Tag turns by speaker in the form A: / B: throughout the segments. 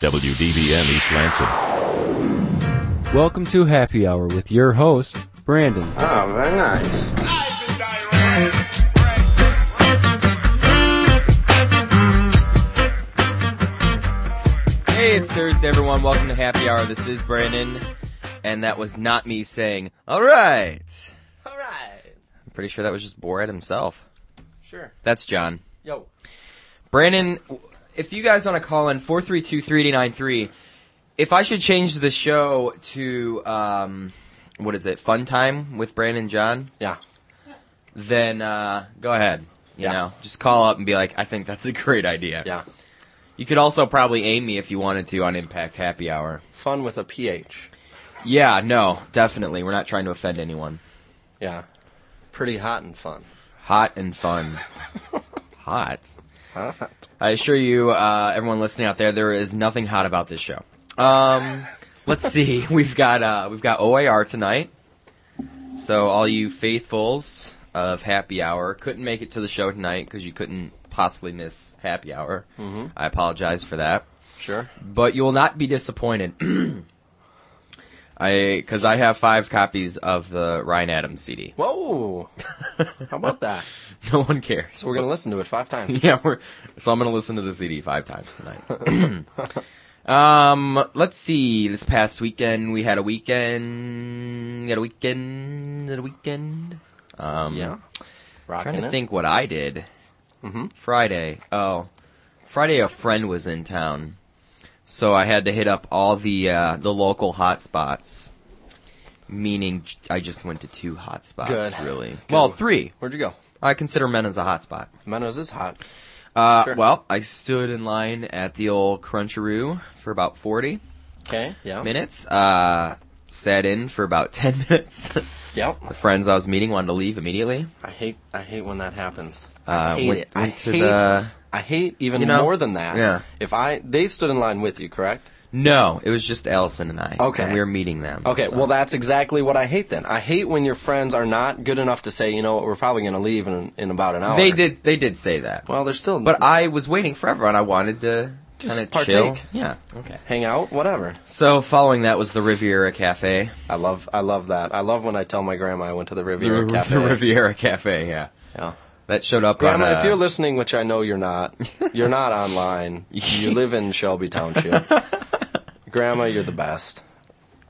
A: WDBM East Lansing.
B: Welcome to Happy Hour with your host, Brandon.
C: Oh, very nice.
D: Hey, it's Thursday, everyone. Welcome to Happy Hour. This is Brandon, and that was not me saying, all right.
C: All right.
D: I'm pretty sure that was just Borat himself.
C: Sure.
D: That's John.
C: Yo.
D: Brandon, if you guys want to call in 432 if I should change the show to, um, what is it, Fun Time with Brandon and John,
C: Yeah.
D: then uh, go ahead. You
C: Yeah.
D: know, just call up and be like, I think that's a great idea.
C: Yeah.
D: You could also probably aim me if you wanted to on Impact Happy Hour.
C: Fun with a ph.
D: Yeah, no, definitely. We're not trying to offend anyone.
C: Yeah. Pretty hot and fun.
D: Hot and fun. hot. I assure you, uh, everyone listening out there, there is nothing hot about this show. Um, let's see. We've got uh, we've got OAR tonight. So all you faithfuls of Happy Hour couldn't make it to the show tonight because you couldn't possibly miss Happy Hour.
C: Mm-hmm.
D: I apologize for that
C: Sure.
D: but you will not be disappointed. I because I have five copies of the Ryan Adams CD.
C: Whoa. How about that?
D: No one cares.
C: So we're gonna listen to it five times.
D: yeah, we're, so I'm gonna listen to the CD five times tonight. um, let's see. This past weekend we had a weekend. We had a weekend. Had a weekend. Um,
C: Yeah. Rocking
D: Trying to
C: it.
D: think what I did. Mm-hmm. Friday. Oh, Friday a friend was in town, so I had to hit up all the uh, the local hotspots. Meaning, j- I just went to two hotspots.
C: Good.
D: Really?
C: Good.
D: Well, three.
C: Where'd you go?
D: I consider Menace a hotspot.
C: Menos is hot.
D: Uh,
C: Sure.
D: Well, I stood in line at the old Cruncheroo for about forty
C: Okay. Yeah.
D: minutes. Uh, sat in for about ten minutes.
C: Yep.
D: the friends I was meeting wanted to leave immediately.
C: I hate. I hate when that happens.
D: Uh,
C: I hate
D: went-
C: it.
D: went
C: I
D: to
C: hate.
D: the-
C: I hate even
D: You know?
C: more than that.
D: Yeah.
C: If I they stood in line with you, correct?
D: No, it was just Allison and I.
C: Okay.
D: And we were meeting them.
C: Okay,
D: so.
C: well, that's exactly what I hate then. I hate when your friends are not good enough to say, you know what, we're probably going to leave in, in about an hour.
D: They did. They did say that.
C: Well, they're still.
D: but I was waiting forever, and I wanted to
C: Just
D: kind of
C: partake.
D: chill. Yeah. Okay.
C: hang out, whatever.
D: So following that was the Riviera Cafe.
C: I love, I love that. I love when I tell my grandma I went to the
D: The,
C: Riviera Cafe.
D: the Riviera Cafe. Yeah.
C: Yeah.
D: That showed up.
C: Grandma,
D: on, uh,
C: if you're listening, which I know you're not, you're not online. You live in Shelby Township. grandma, you're the best.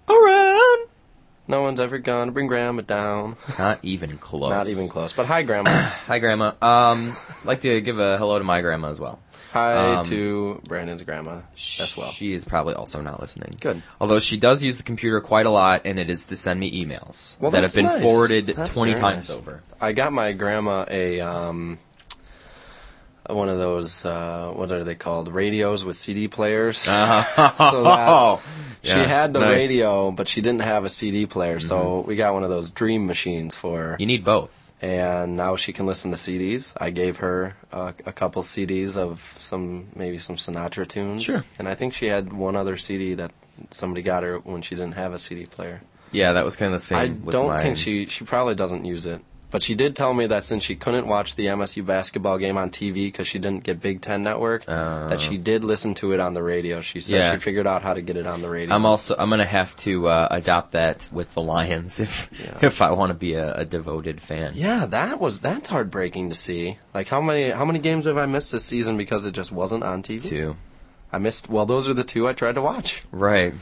D: around,
C: No one's ever gonna bring grandma down.
D: not even close.
C: Not even close. But hi, grandma.
D: Hi, Grandma. Um, like to give a hello to my grandma as well.
C: Hi
D: Um,
C: to Brandon's grandma as well.
D: She is probably also not listening.
C: Good.
D: Although she does use the computer quite a lot, and it is to send me emails
C: Well,
D: that have
C: that's
D: been
C: nice.
D: forwarded
C: That's
D: 20
C: very
D: times
C: nice.
D: over.
C: I got my grandma a um, one of those uh, what are they called radios with CD players. So that- she
D: Oh. Yeah,
C: had the
D: nice. Mm-hmm.
C: radio, but she didn't have a CD player, so we got one of those dream machines for her.
D: You need both.
C: And now she can listen to CDs. I gave her uh, a couple CDs of some maybe some Sinatra tunes.
D: Sure.
C: And I think she had one other CD that somebody got her when she didn't have a CD player.
D: Yeah, that was kind of the same.
C: I
D: with
C: don't
D: mine.
C: think she she probably doesn't use it. But she did tell me that since she couldn't watch the MSU basketball game on TV because she didn't get Big Ten Network, that she did listen to it on the radio. She said
D: Oh. Yeah.
C: she figured out how to get it on the radio.
D: I'm also. I'm gonna have to uh, adopt that with the Lions if if I want to be a, a devoted fan.
C: yeah, that was that's heartbreaking to see. Like how many how many games have I missed this season because it just wasn't on TV?
D: Too.
C: I missed. Well, those are the two I tried to watch.
D: Right.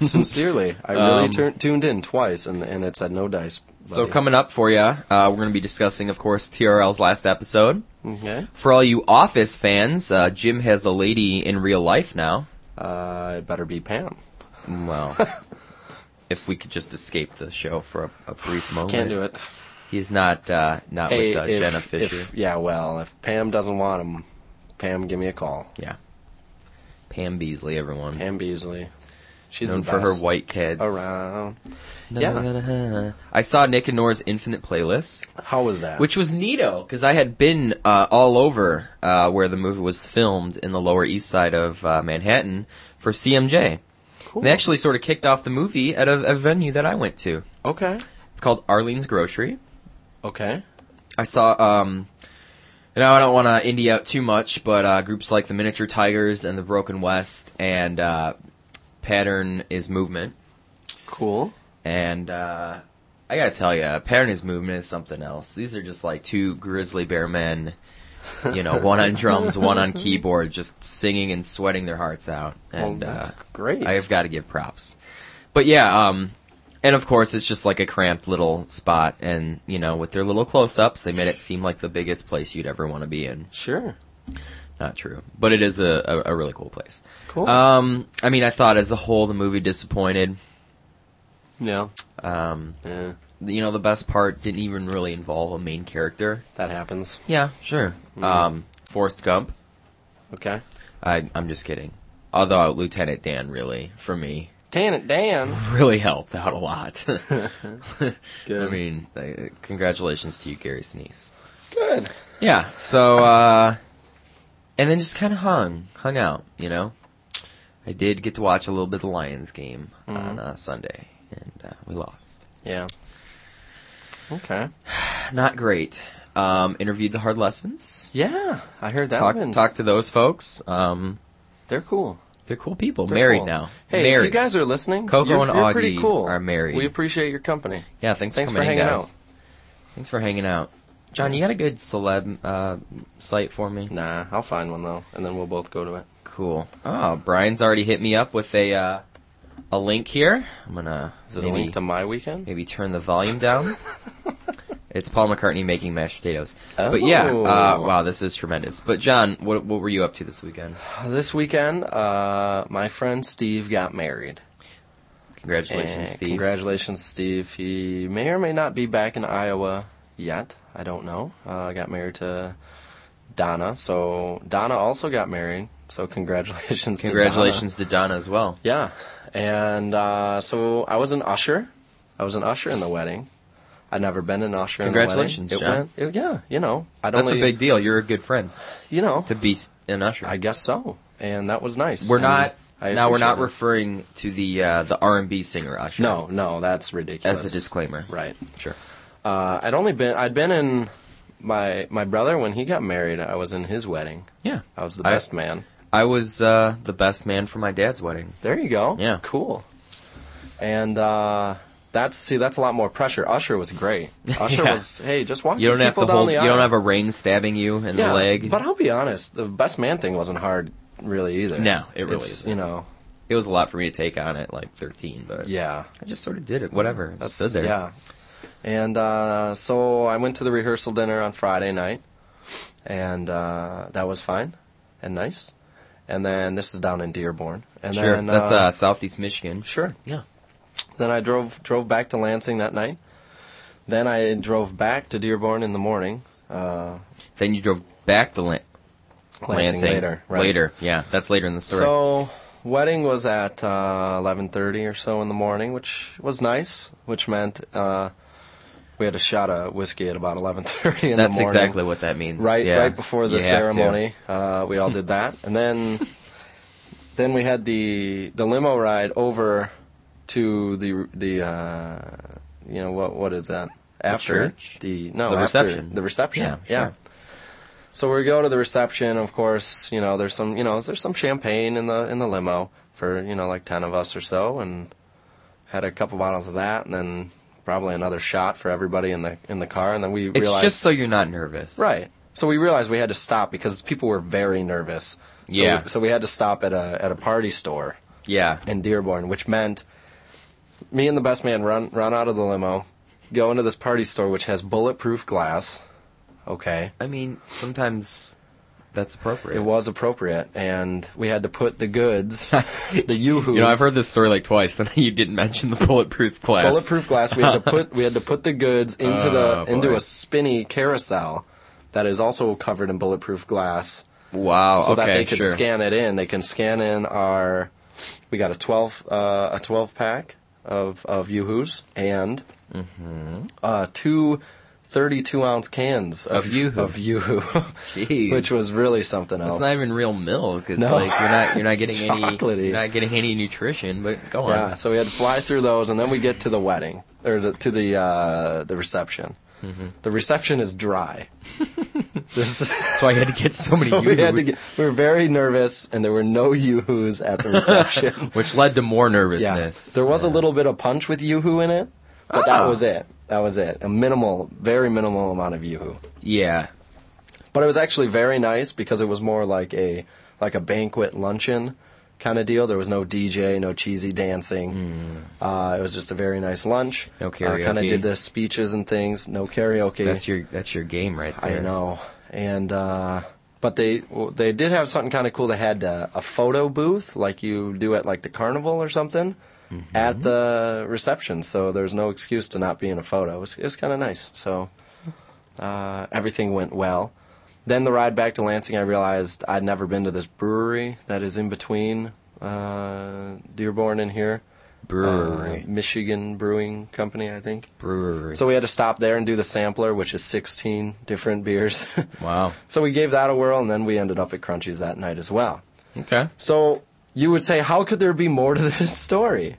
C: Sincerely, I really tur- tuned in twice, and and it said no dice.
D: Um, So
C: buddy.
D: coming up for you, uh, we're gonna be discussing, of course, TRL's last episode.
C: okay.
D: For all you Office fans, uh, Jim has a lady in real life now.
C: Uh, it better be Pam.
D: Well, if we could just escape the show for a, a brief moment.
C: Can't do it.
D: He's not uh, not
C: Hey,
D: with uh,
C: if-
D: Jenna Fisher.
C: if- yeah, well, if Pam doesn't want him, Pam, give me a call.
D: yeah. Pam Beasley, everyone.
C: Pam Beasley. She's
D: known
C: the
D: for her
C: best
D: white kids.
C: around. Yeah.
D: I saw Nick and Nora's Infinite Playlist,
C: How was that?
D: which was neato because I had been uh, all over uh, where the movie was filmed in the Lower East Side of uh, Manhattan for CMJ.
C: cool.
D: They actually sort of kicked off the movie at a, a venue that I went to.
C: okay,
D: It's called Arlene's Grocery.
C: okay.
D: I saw um, You know, I don't want to indie out too much, but uh, groups like the Miniature Tigers and the Broken West and uh, Pattern is Movement.
C: Cool.
D: And uh, I gotta tell you, Pattern is Movement is something else. These are just like two grizzly bear men, you know, one on drums, one on keyboard, just singing and sweating their hearts out.
C: Well,
D: And
C: that's
D: uh,
C: great.
D: I've got to give props. But yeah, um, and of course it's just like a cramped little spot, and you know, with their little close-ups, they made it seem like the biggest place you'd ever want to be in.
C: sure.
D: Not true, but it is a, a, a really cool place.
C: Cool.
D: Um, I mean, I thought as a whole the movie disappointed.
C: yeah.
D: Um,
C: Yeah.
D: you know, the best part didn't even really involve a main character.
C: That happens.
D: Yeah, sure. Um, Forrest Gump.
C: Okay.
D: I, I'm just kidding. Although Lieutenant Dan really, for me,
C: Dan it Dan.
D: really helped out a lot. I
C: Good.
D: mean, uh, congratulations to you, Gary Sinise.
C: Good.
D: Yeah. So, uh, and then just kind of hung, hung out. You know, I did get to watch a little bit of the Lions game on uh, Sunday, and uh, we lost.
C: Yeah. Okay.
D: Not great. Um, interviewed the hard lessons.
C: Yeah. I heard that
D: Talk,
C: one.
D: talk to those folks. Um,
C: They're cool.
D: they're cool people.
C: They're
D: married
C: cool.
D: now.
C: Hey,
D: married.
C: if you guys are listening,
D: Coco
C: you're,
D: and
C: you're pretty
D: Augie
C: cool.
D: are married.
C: We appreciate your company.
D: yeah. Thanks.
C: Thanks for
D: coming in,
C: hanging
D: guys.
C: out.
D: Thanks for hanging out. John, you got a good celeb uh, site for me?
C: Nah, I'll find one though, and then we'll both go to it.
D: Cool. Oh, Brian's already hit me up with a uh, a link here. I'm gonna
C: Is it
D: maybe,
C: a link to my weekend?
D: maybe turn the volume down. it's Paul McCartney making mashed potatoes. But
C: Oh.
D: yeah, uh, wow, this is tremendous. But John, what what were you up to this weekend?
C: This weekend, uh, my friend Steve got married.
D: Congratulations,
C: Eh,
D: Steve.
C: Congratulations, Steve. He may or may not be back in Iowa yet. I don't know. Uh, I got married to Donna, so Donna also got married. So congratulations.
D: Congratulations
C: To
D: to Donna as well.
C: Donna. Yeah, and uh, so I was an usher. I was an usher in the wedding. I'd never been an usher.
D: Congratulations,
C: in the
D: John.
C: wedding. It went, it- yeah, you know, I'd
D: That's
C: only,
D: a big deal. You're a good friend
C: You know,
D: to be s- an usher.
C: I guess so, and that was nice.
D: we're
C: And
D: not
C: I
D: now. We're not
C: appreciate
D: referring to the uh, the R and B singer usher.
C: it. no, no, that's ridiculous.
D: as a disclaimer.
C: right?
D: Sure.
C: Uh, I'd only been I'd been in my my brother when he got married. I was in his wedding.
D: Yeah.
C: I was the
D: I-
C: best man.
D: I was uh, the best man for my dad's wedding.
C: There you go.
D: Yeah.
C: cool. And uh, that's see that's a lot more pressure. Usher was great. Usher
D: Yeah.
C: was hey just walk
D: You
C: these
D: don't have
C: people
D: to
C: down
D: hold.
C: the
D: You
C: aisle.
D: don't have a ring stabbing you in
C: yeah,
D: the leg.
C: But I'll be honest, the best man thing wasn't hard really either.
D: No, it really
C: It's,
D: isn't.
C: You know,
D: it was a lot for me to take on at like 13, but
C: yeah.
D: I just sort of did it. Whatever. I just
C: That's-
D: stood there.
C: Yeah. And uh, so I went to the rehearsal dinner on Friday night, and uh, that was fine and nice. And then this is down in Dearborn. And
D: Sure.
C: Then,
D: That's uh, Southeast Michigan.
C: sure.
D: Yeah.
C: Then I drove drove back to Lansing that night. Then I drove back to Dearborn in the morning. Uh,
D: Then you drove back to Lan-
C: Lansing, later. Right?
D: Later. Yeah. That's later in the story.
C: So wedding was at uh, eleven thirty or so in the morning, which was nice. Which meant uh, we had a shot of whiskey at about eleven thirty in
D: That's
C: the morning.
D: exactly what that means.
C: Right,
D: Yeah.
C: right before the
D: You have to.
C: ceremony, uh, we all did that, and then then we had the the limo ride over to the the uh, you know what what is that after
D: church?
C: the no
D: The
C: after
D: reception.
C: the reception
D: Yeah,
C: yeah.
D: sure.
C: So we go to the reception. Of course, you know there's some you know there's some champagne in the in the limo for you know like ten of us or so, and had a couple bottles of that, and then probably another shot for everybody in the in the car, and then we
D: It's
C: realized
D: just so you're not nervous.
C: Right. So we realized we had to stop because people were very nervous. So,
D: Yeah.
C: So we had to stop at a at a party store
D: Yeah.
C: in Dearborn, which meant me and the best man run run out of the limo, go into this party store which has bulletproof glass. Okay.
D: I mean, sometimes that's appropriate.
C: It was appropriate, and we had to put the goods, the yoo-hoos.
D: You know, I've heard this story like twice, and you didn't mention the bulletproof glass.
C: bulletproof glass. We had to put we had to put the goods into
D: Oh,
C: the into
D: boy.
C: a spinny carousel that is also covered in bulletproof glass.
D: Wow.
C: so
D: Oh, okay.
C: that they could
D: sure.
C: scan it in. They can scan in our. We got a twelve uh, a twelve pack of of yoo-hoos and
D: Mm-hmm.
C: uh, two 32 ounce cans of,
D: Of Yoo-hoo.
C: of yoo-hoo,
D: Jeez.
C: which was really something else.
D: It's not even real milk. It's
C: No.
D: like you're not you're not
C: It's
D: getting any
C: chocolatey.
D: you're not getting any nutrition. But go on.
C: yeah, so we had to fly through those, and then we get to the wedding or the, to
D: Mm-hmm.
C: the uh, the reception. The reception is dry. this
D: so I had to get so many
C: So we had to
D: yoo-hoos,
C: get, we were very nervous, and there were no yoo-hoos at the reception.
D: which led to more
C: yeah,
D: nervousness.
C: there was a little bit of punch with yoo-hoo in it, but that
D: Ah.
C: was it. That was it. A minimal, very minimal amount of yoo-hoo.
D: yeah.
C: But it was actually very nice because it was more like a like a banquet luncheon kind of deal. There was no DJ, no cheesy dancing. Uh, it was just a very nice lunch.
D: Hmm. No
C: kind of
D: karaoke.
C: did the speeches and things. No karaoke.
D: That's your that's your game right
C: I
D: there.
C: know. And uh, but they well, they did have something kind of cool. They had uh, a photo booth like you do at like the carnival or something at the reception. So there's no excuse to not be in a photo. It was, it was kind of nice. So uh, everything went well. Then the ride back to Lansing, I realized I'd never been to this brewery that is in between uh, Dearborn and here.
D: Brewery.
C: Uh, Michigan Brewing Company, I think.
D: Brewery.
C: So we had to stop there and do the sampler, which is 16 different beers.
D: wow.
C: so we gave that a whirl, and then we ended up at Crunchy's that night as well.
D: Okay.
C: So you would say, how could there be more to this story?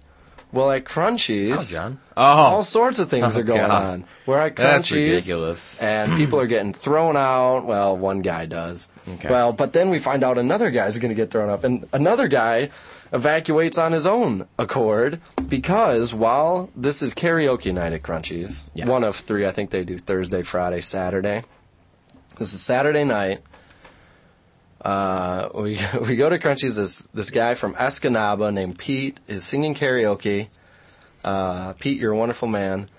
C: Well, at Crunchy's,
D: Oh, John.
C: all
D: Oh,
C: sorts of things
D: Oh,
C: are going
D: God.
C: on. We're at
D: That's
C: Crunchy's,
D: ridiculous.
C: and people are getting thrown out. Well, one guy does.
D: Okay.
C: Well, but then we find out another guy's going to get thrown up, and another guy evacuates on his own accord because while this is karaoke night at Crunchy's,
D: Yeah.
C: one of three, I think they do Thursday, Friday, Saturday. This is Saturday night. Uh, we we go to Crunchy's. This this guy from Escanaba named Pete is singing karaoke. Uh, Pete, you're a wonderful man,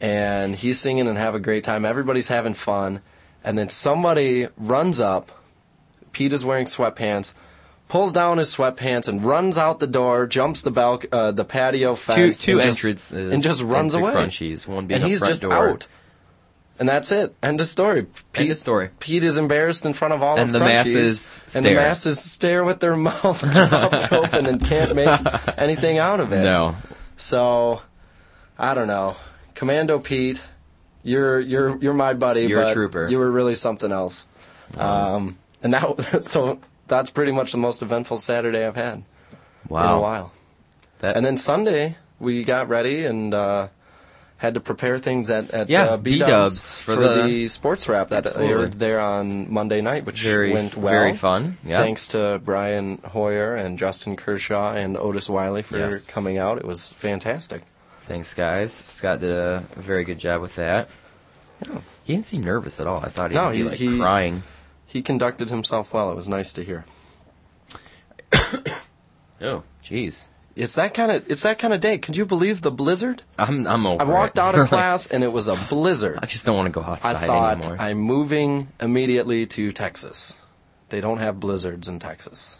C: and he's singing and have a great time. Everybody's having fun, and then somebody runs up. Pete is wearing sweatpants, pulls down his sweatpants and runs out the door, jumps the balc- uh, the patio
D: two
C: fence,
D: two
C: and just-
D: entrances
C: and just runs
D: into
C: away.
D: Crunchies, one being
C: and
D: the
C: he's
D: front
C: just
D: door.
C: out. And that's it. End of story. Pete,
D: of story.
C: Pete is embarrassed in front of all
D: And
C: of
D: the
C: Crunchies,
D: masses
C: and the
D: stare.
C: masses stare with their mouths dropped open and can't make anything out of it.
D: No.
C: So, I don't know. Commando Pete, you're you're you're my buddy.
D: You're a
C: but
D: trooper.
C: You were really something else. Um, and now, so that's pretty much the most eventful Saturday I've had in a
D: Wow.
C: while.
D: That,
C: And then Sunday, we got ready and uh, had to prepare things at, at
D: Yeah,
C: uh, B Dubs
D: B-dubs
C: for,
D: for
C: the,
D: the-
C: sports wrap that
D: Absolutely.
C: aired there on Monday night, which
D: Very-
C: went well.
D: very fun, yeah.
C: Thanks to Brian Hoyer and Justin Kershaw and Otis Wiley for
D: Yes.
C: coming out. It was fantastic.
D: Thanks, guys. Scott did a very good job with that. He didn't seem nervous at all. I thought he'd
C: No,
D: be
C: he-
D: like
C: he-
D: crying.
C: He conducted himself well. It was nice to hear.
D: Oh, jeez.
C: It's that kind of it's that kind of day. Could you believe the blizzard?
D: I'm I'm over.
C: I walked
D: it.
C: out of
D: Like,
C: class and it was a blizzard.
D: I just don't want to go
C: I
D: outside
C: thought
D: anymore.
C: I'm moving immediately to Texas. They don't have blizzards in Texas,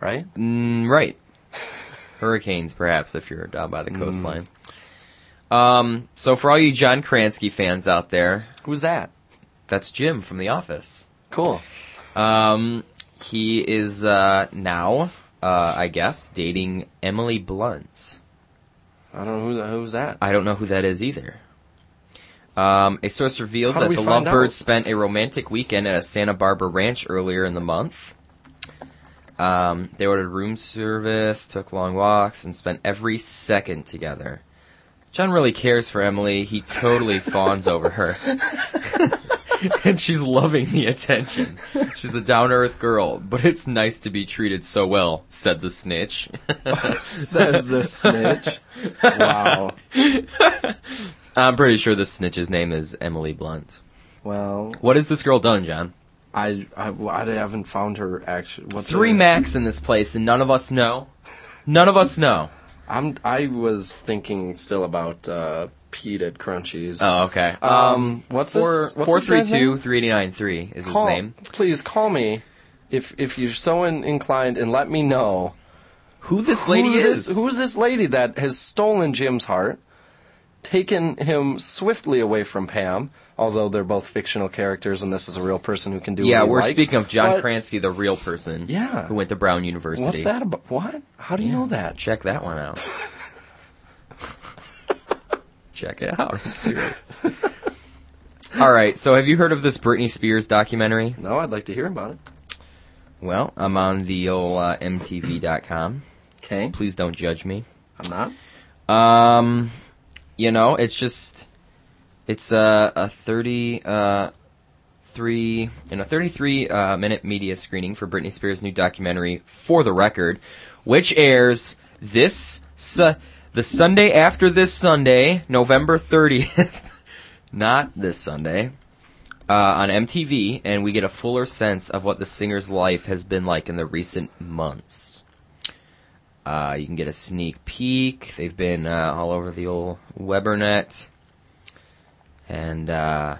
C: right?
D: Mm, right. Hurricanes, perhaps, if you're down by the
C: Mm.
D: coastline. Um. So for all you John Kransky fans out there,
C: Who's that?
D: that's Jim from The Office.
C: Cool.
D: Um. He is uh now uh I guess dating Emily Blunt.
C: I don't know who the, who's that.
D: I don't know who that is either. Um, a source revealed
C: How do
D: that
C: we
D: the
C: find
D: lovebirds
C: out?
D: spent a romantic weekend at a Santa Barbara ranch earlier in the month. Um, they ordered room service, took long walks, and spent every second together. John really cares for Emily. He totally fawns over her. and she's loving the attention. She's a down to earth girl, but it's nice to be treated so well, said the snitch.
C: Says the snitch. wow.
D: I'm pretty sure the snitch's name is Emily Blunt.
C: Well,
D: What has this girl done, John?
C: I, I, I haven't found her actually. What's
D: Three
C: her-
D: Macs in this place, and none of us know. None of us know.
C: I'm I was thinking still about uh, Pete at Crunchies.
D: Oh, okay.
C: Um, what's
D: Four
C: this? What's
D: four
C: this
D: three
C: guy's name?
D: two three eighty nine three is his
C: Call-
D: name.
C: Please call me if if you're so in, inclined, and let me know
D: Who this lady
C: who
D: is?
C: This, who is this lady that has stolen Jim's heart, taken him swiftly away from Pam? Although they're both fictional characters, and this is a real person who can do.
D: yeah,
C: what he
D: we're
C: likes,
D: speaking of John
C: but
D: Kransky, the real person.
C: Yeah.
D: Who went to Brown University.
C: What's that about? What? How do you know that?
D: Check that one out. Check it out. I'm serious. All right, so have you heard of this Britney Spears documentary?
C: No, I'd like to hear about it.
D: Well, I'm on the old uh, MTV.com.
C: Okay,
D: Please don't judge me.
C: I'm not.
D: Um, you know, it's just it's a a thirty uh 33 in a 33 uh, minute media screening for Britney Spears' new documentary For the Record, which airs this su- the Sunday after this Sunday, November 30th. Not this Sunday. Uh, on MTV, and we get a fuller sense of what the singer's life has been like in the recent months. Uh, you can get a sneak peek. They've been uh, all over the old Webernet. And uh,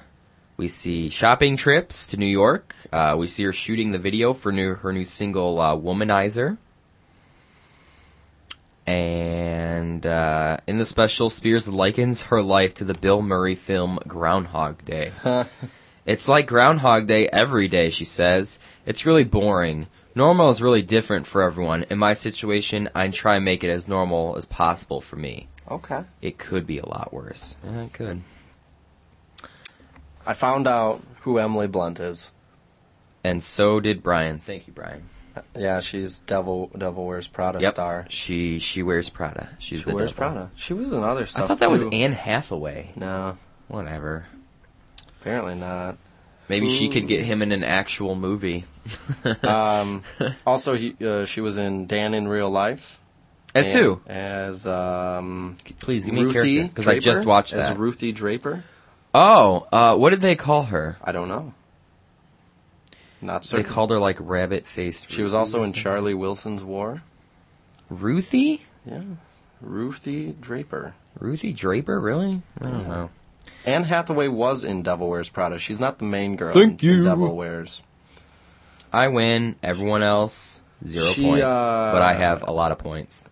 D: we see shopping trips to New York. Uh, we see her shooting the video for new, her new single, uh, Womanizer. And uh, in the special, Spears likens her life to the Bill Murray film Groundhog Day. It's like Groundhog Day every day, she says. It's really boring. Normal is really different for everyone. In my situation, I try and make it as normal as possible for me.
C: Okay.
D: It could be a lot worse. Yeah, it could.
C: I found out who Emily Blunt is.
D: And so did Brian. Thank you, Brian.
C: Yeah, she's Devil Devil Wears Prada star.
D: She she wears Prada. She's
C: She
D: the
C: wears
D: devil.
C: Prada. She was in other stuff.
D: I thought that was
C: too.
D: Anne Hathaway.
C: No,
D: Whatever.
C: apparently not.
D: Maybe she
C: Ooh.
D: could get him in an actual movie.
C: Um, also, he, uh, she was in Dan in Real Life.
D: As
C: and-
D: who?
C: As um,
D: Please give me a
C: Ruthie
D: character because I just
C: Draper?
D: watched
C: As
D: that.
C: Ruthie Draper.
D: oh, uh, what did they call her?
C: I don't know. Not
D: They
C: certain.
D: called her like rabbit faced.
C: she was also in Charlie Wilson's War.
D: Ruthie.
C: Yeah, Ruthie Draper.
D: Ruthie Draper, really? I don't know.
C: Anne Hathaway was in Devil Wears Prada. She's not the main girl.
B: Thank
C: in- in
B: you.
C: Devil Wears.
D: I win. Everyone else zero
C: She,
D: points,
C: uh,
D: but I have a lot of points.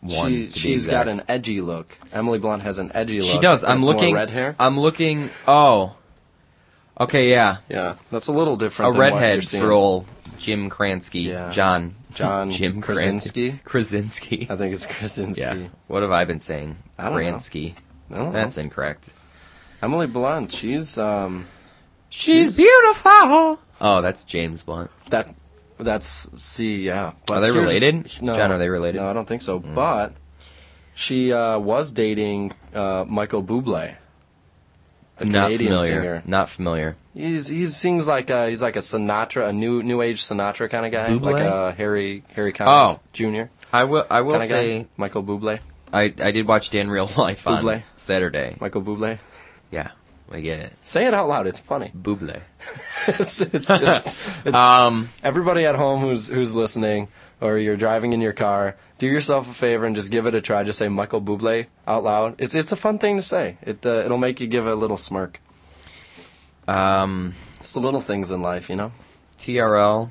D: One.
C: She,
D: to be
C: she's got
D: exact.
C: an edgy look. Emily Blunt has an edgy look.
D: She does. I'm
C: That's more
D: looking.
C: red hair.
D: I'm looking. Oh. Okay. Yeah.
C: yeah, that's a little
D: A
C: different. than what you're
D: redhead
C: seeing.
D: for old Jim Kransky.
C: Yeah.
D: John.
C: John
D: Jim Krasinski. Krasinski.
C: I think it's Krasinski.
D: Yeah. What have I been saying?
C: I don't know.
D: Kransky.
C: I don't know.
D: That's incorrect.
C: Emily Blunt. She's um
D: She's beautiful. Oh, that's James Blunt.
C: that. That's see, yeah. But
D: Are they
C: here's-
D: related?
C: No,
D: John, are they related? Mm.
C: No, I don't think so. But she uh, was dating uh, Michael Bublé, the
D: Not
C: Canadian
D: familiar.
C: singer.
D: Not familiar.
C: He's he sings like a, he's like a Sinatra, a new new age Sinatra kind of guy,
D: Bublé?
C: like a Harry Harry
D: Oh.
C: Connick Jr.
D: I will. I will
C: kind of
D: say.
C: guy. Michael Bublé,
D: I, I did watch Dan Real Life on
C: Buble.
D: Saturday.
C: Michael Bublé.
D: Yeah, we get it.
C: Say it out loud. It's funny.
D: Buble.
C: it's, it's just it's,
D: Um,
C: everybody at home who's who's listening or you're driving in your car. Do yourself a favor and just give it a try. Just say Michael Bublé out loud. It's it's a fun thing to say. It uh, it'll make you give a little smirk.
D: um,
C: It's the little things in life, you know.
D: TRL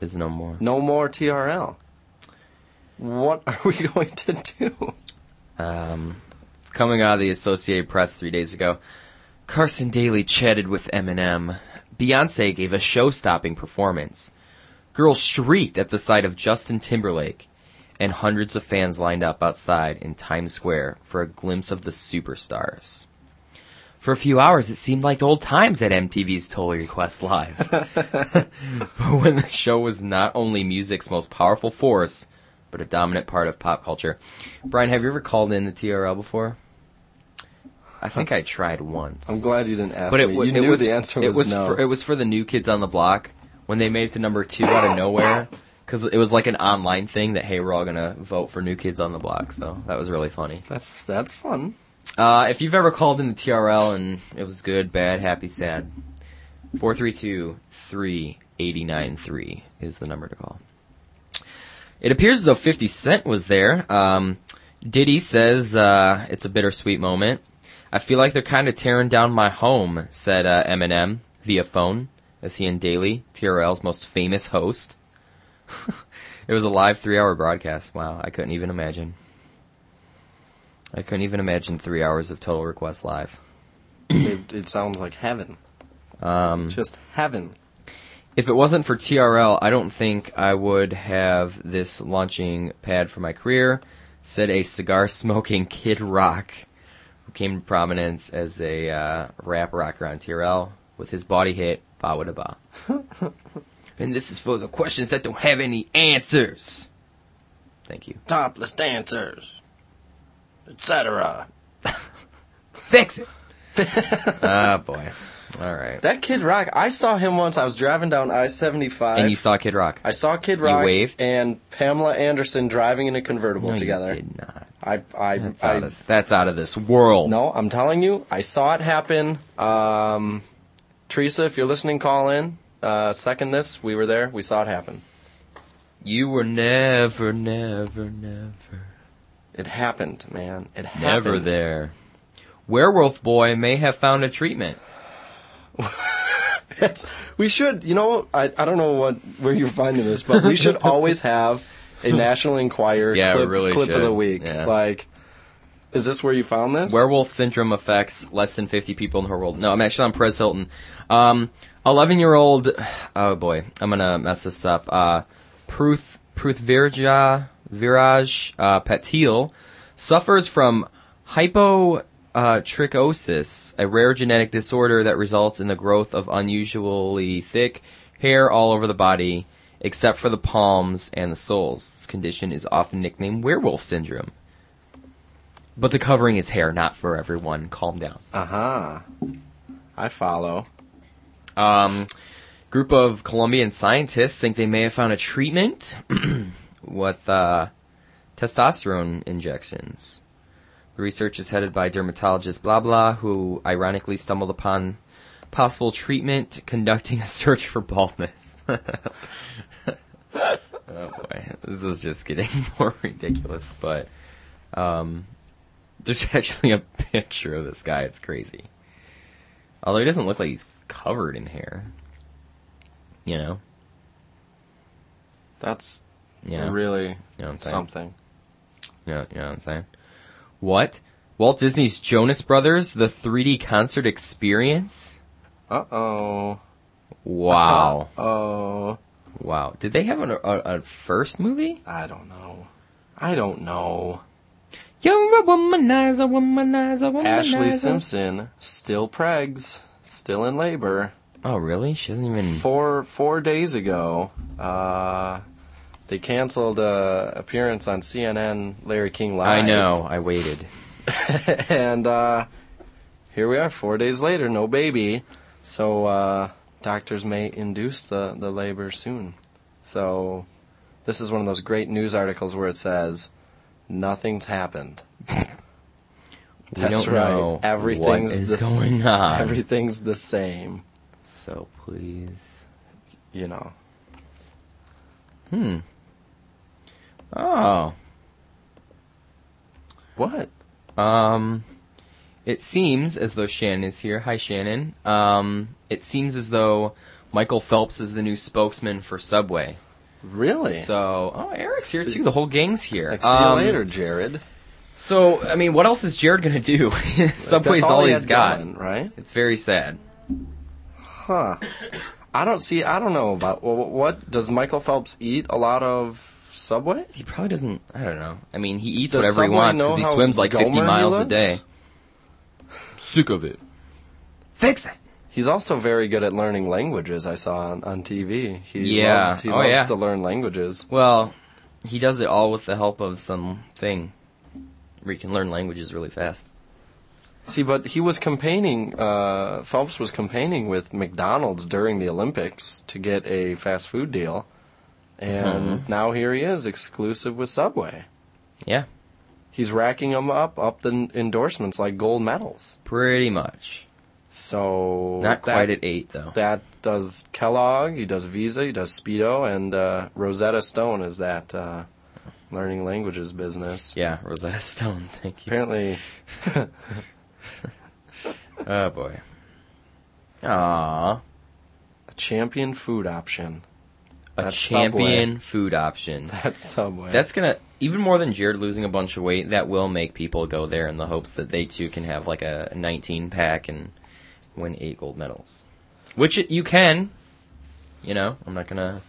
D: is no more.
C: No more TRL. What are we going to do?
D: Um, coming out of the Associated Press three days ago, Carson Daly chatted with Eminem. Beyonce gave a show-stopping performance. Girls shrieked at the sight of Justin Timberlake, and hundreds of fans lined up outside in Times Square for a glimpse of the superstars. For a few hours, it seemed like old times at MTV's Total Request Live. But when the show was not only music's most powerful force, but a dominant part of pop culture. Brian, have you ever called in the TRL before? I think I tried once.
C: I'm glad you didn't ask
D: but it,
C: me.
D: wa-
C: you
D: it
C: knew
D: was
C: the answer
D: it
C: was, no.
D: For, it was for the new kids on the block when they made it to number two out of nowhere because it was like an online thing that hey we're all gonna vote for new kids on the block so that was really funny.
C: that's that's fun.
D: Uh, if you've ever called in the TRL and it was good, bad, happy, sad, 432-3893 is the number to call. It appears as though 50 Cent was there. Um, Diddy says, uh, it's a bittersweet moment. I feel like they're kind of tearing down my home, said uh, Eminem via phone, as he and Daly, TRL's most famous host. it was a live three-hour broadcast. Wow, I couldn't even imagine. I couldn't even imagine three hours of Total Request Live.
C: it, it sounds like heaven. Um, just heaven.
D: If it wasn't for TRL, I don't think I would have this launching pad for my career, said a cigar smoking Kid Rock, who came to prominence as a uh, rap rocker on TRL with his body hit, Ba Wada Ba. and this is for the questions that don't have any answers. Thank you.
C: Topless dancers, etc.
D: Fix it! Ah, boy. All right.
C: That Kid Rock, I saw him once. I was driving down I seventy five.
D: and you saw Kid Rock.
C: I saw Kid Rock
D: waved?
C: and Pamela Anderson driving in a convertible
D: No, you
C: together.
D: did not.
C: I, I,
D: That's
C: I,
D: out, of, that's out of this world.
C: no, I'm telling you, I saw it happen. Um, Teresa, if you're listening, call in. Uh, second this, we were there. We saw it happen.
D: You were never, never, never,
C: It happened, man. It happened.
D: never there. Werewolf boy may have found a treatment.
C: That's, we should, you know, I, I don't know what where you're finding this, but we should always have a National Enquirer
D: Yeah, we
C: clip,
D: really
C: clip of
D: should.
C: the week.
D: Yeah.
C: Like, is this where you found this?
D: Werewolf syndrome affects less than 50 people in the whole world. No, I'm actually on Perez Hilton. Um, 11 year old, oh boy, I'm gonna mess this up. Uh, Pruth, Pruth Virja, Viraj, uh, Patil suffers from hypotrichosis, a rare genetic disorder that results in the growth of unusually thick hair all over the body, except for the palms and the soles. This condition is often nicknamed werewolf syndrome. But the covering is hair, not for everyone. Calm down.
C: Aha. I follow.
D: Um, group of Colombian scientists think they may have found a treatment with uh, testosterone injections. The research is headed by dermatologist Blah Blah, who ironically stumbled upon possible treatment conducting a search for baldness. oh boy, this is just getting more ridiculous. But um, there's actually a picture of this guy. It's crazy. Although he doesn't look like he's covered in hair. You know?
C: That's
D: Yeah. You
C: really
D: know what I'm saying?
C: something.
D: You know, you know what I'm saying? What? Walt Disney's Jonas Brothers, the 3D concert experience?
C: Uh oh.
D: Wow.
C: Oh.
D: wow. Did they have an, a, a first movie?
C: I don't know. I don't know.
D: You're a womanizer, womanizer, womanizer.
C: Ashley Simpson still pregs, still in labor.
D: Oh, really? She hasn't even.
C: Four four days ago, uh, they canceled a appearance on CNN Larry King
D: I
C: Live.
D: know. I waited.
C: and uh, here we are, four days later, no baby. So uh, doctors may induce the, the labor soon. So this is one of those great news articles where it says nothing's happened.
D: We
C: That's
D: don't
C: right.
D: know
C: everything's
D: what
C: the
D: is
C: s-
D: going on.
C: Everything's the same.
D: So please.
C: You know.
D: Oh.
C: What?
D: Um, it seems as though Shannon is here. Hi, Shannon. Um, it seems as though Michael Phelps is the new spokesman for Subway.
C: Really?
D: So, oh, Eric's here
C: See-
D: too. The whole gang's here.
C: like, see
D: Um,
C: you later, Jared.
D: So, I mean, what else is Jared gonna do? Subway's
C: That's
D: all,
C: he
D: he's
C: had
D: got.
C: going, right?
D: It's very sad.
C: I don't see. I don't know about what, what does Michael Phelps eat? A lot of Subway.
D: He probably doesn't. I don't know. I mean, he eats
C: Does
D: whatever he
C: Subway
D: wants because
C: know
D: he
C: how
D: swims like 50
C: Gomer he
D: miles a
C: looks?
D: day. Sick of it. Fix it.
C: He's also very good at learning languages. I saw on, on TV. He
D: Yeah.
C: loves, he
D: Oh,
C: loves
D: yeah.
C: to learn languages.
D: Well, he does it all with the help of some thing where you can learn languages really fast.
C: See, but he was campaigning. Uh, Phelps was campaigning with McDonald's during the Olympics to get a fast food deal,
D: Mm-hmm.
C: and now here he is, exclusive with Subway.
D: Yeah,
C: He's racking them up up the n- endorsements like gold medals.
D: pretty much.
C: So
D: Not
C: that-
D: quite at eight though.
C: that does Kellogg, he does Visa, he does Speedo, and uh, Rosetta Stone is that uh, learning languages business.
D: yeah, Rosetta Stone. Thank you.
C: Apparently,
D: Oh boy. Aww.
C: a champion food option
D: A
C: That's
D: champion food option.
C: at Subway.
D: That's gonna even more than Jared losing a bunch of weight. That will make people go there in the hopes that they too can have like a 19 pack and win eight gold medals, which it- you can. You know, I'm not gonna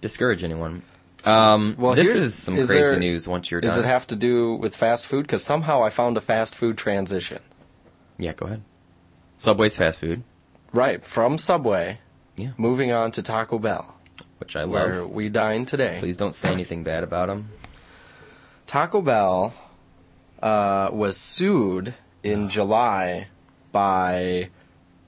D: discourage anyone. Um,
C: Well,
D: this
C: here-
D: is some
C: is
D: crazy
C: there-
D: news. Once you're done,
C: does it have to do with fast food? Because somehow I found a fast food transition.
D: yeah, go ahead. Subway's fast food,
C: Right, from Subway,
D: Yeah.
C: moving on to Taco Bell,
D: which I
C: where
D: love.
C: we dine today.
D: Please don't say anything bad about them.
C: Taco Bell uh, was sued in July by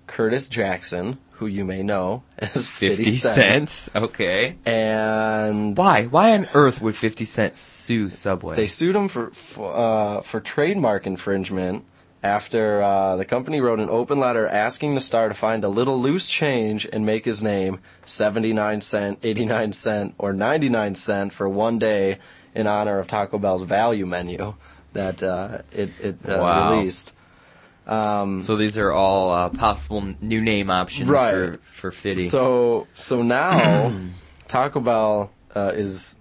C: Curtis Jackson, who you may know as
D: 50
C: 50 Cent.
D: cents. Okay.
C: And
D: Why? Why on earth would 50 Cent sue Subway?
C: they sued him for, for, uh, for trademark infringement after uh, the company wrote an open letter asking the star to find a little loose change and make his name 79 cent, 89 cent, or 99 cent for one day in honor of Taco Bell's value menu that uh, it, it uh,
D: Wow.
C: released.
D: so these are all uh, possible n- new name options
C: Right.
D: for, for 50.
C: So so now Taco Bell uh, is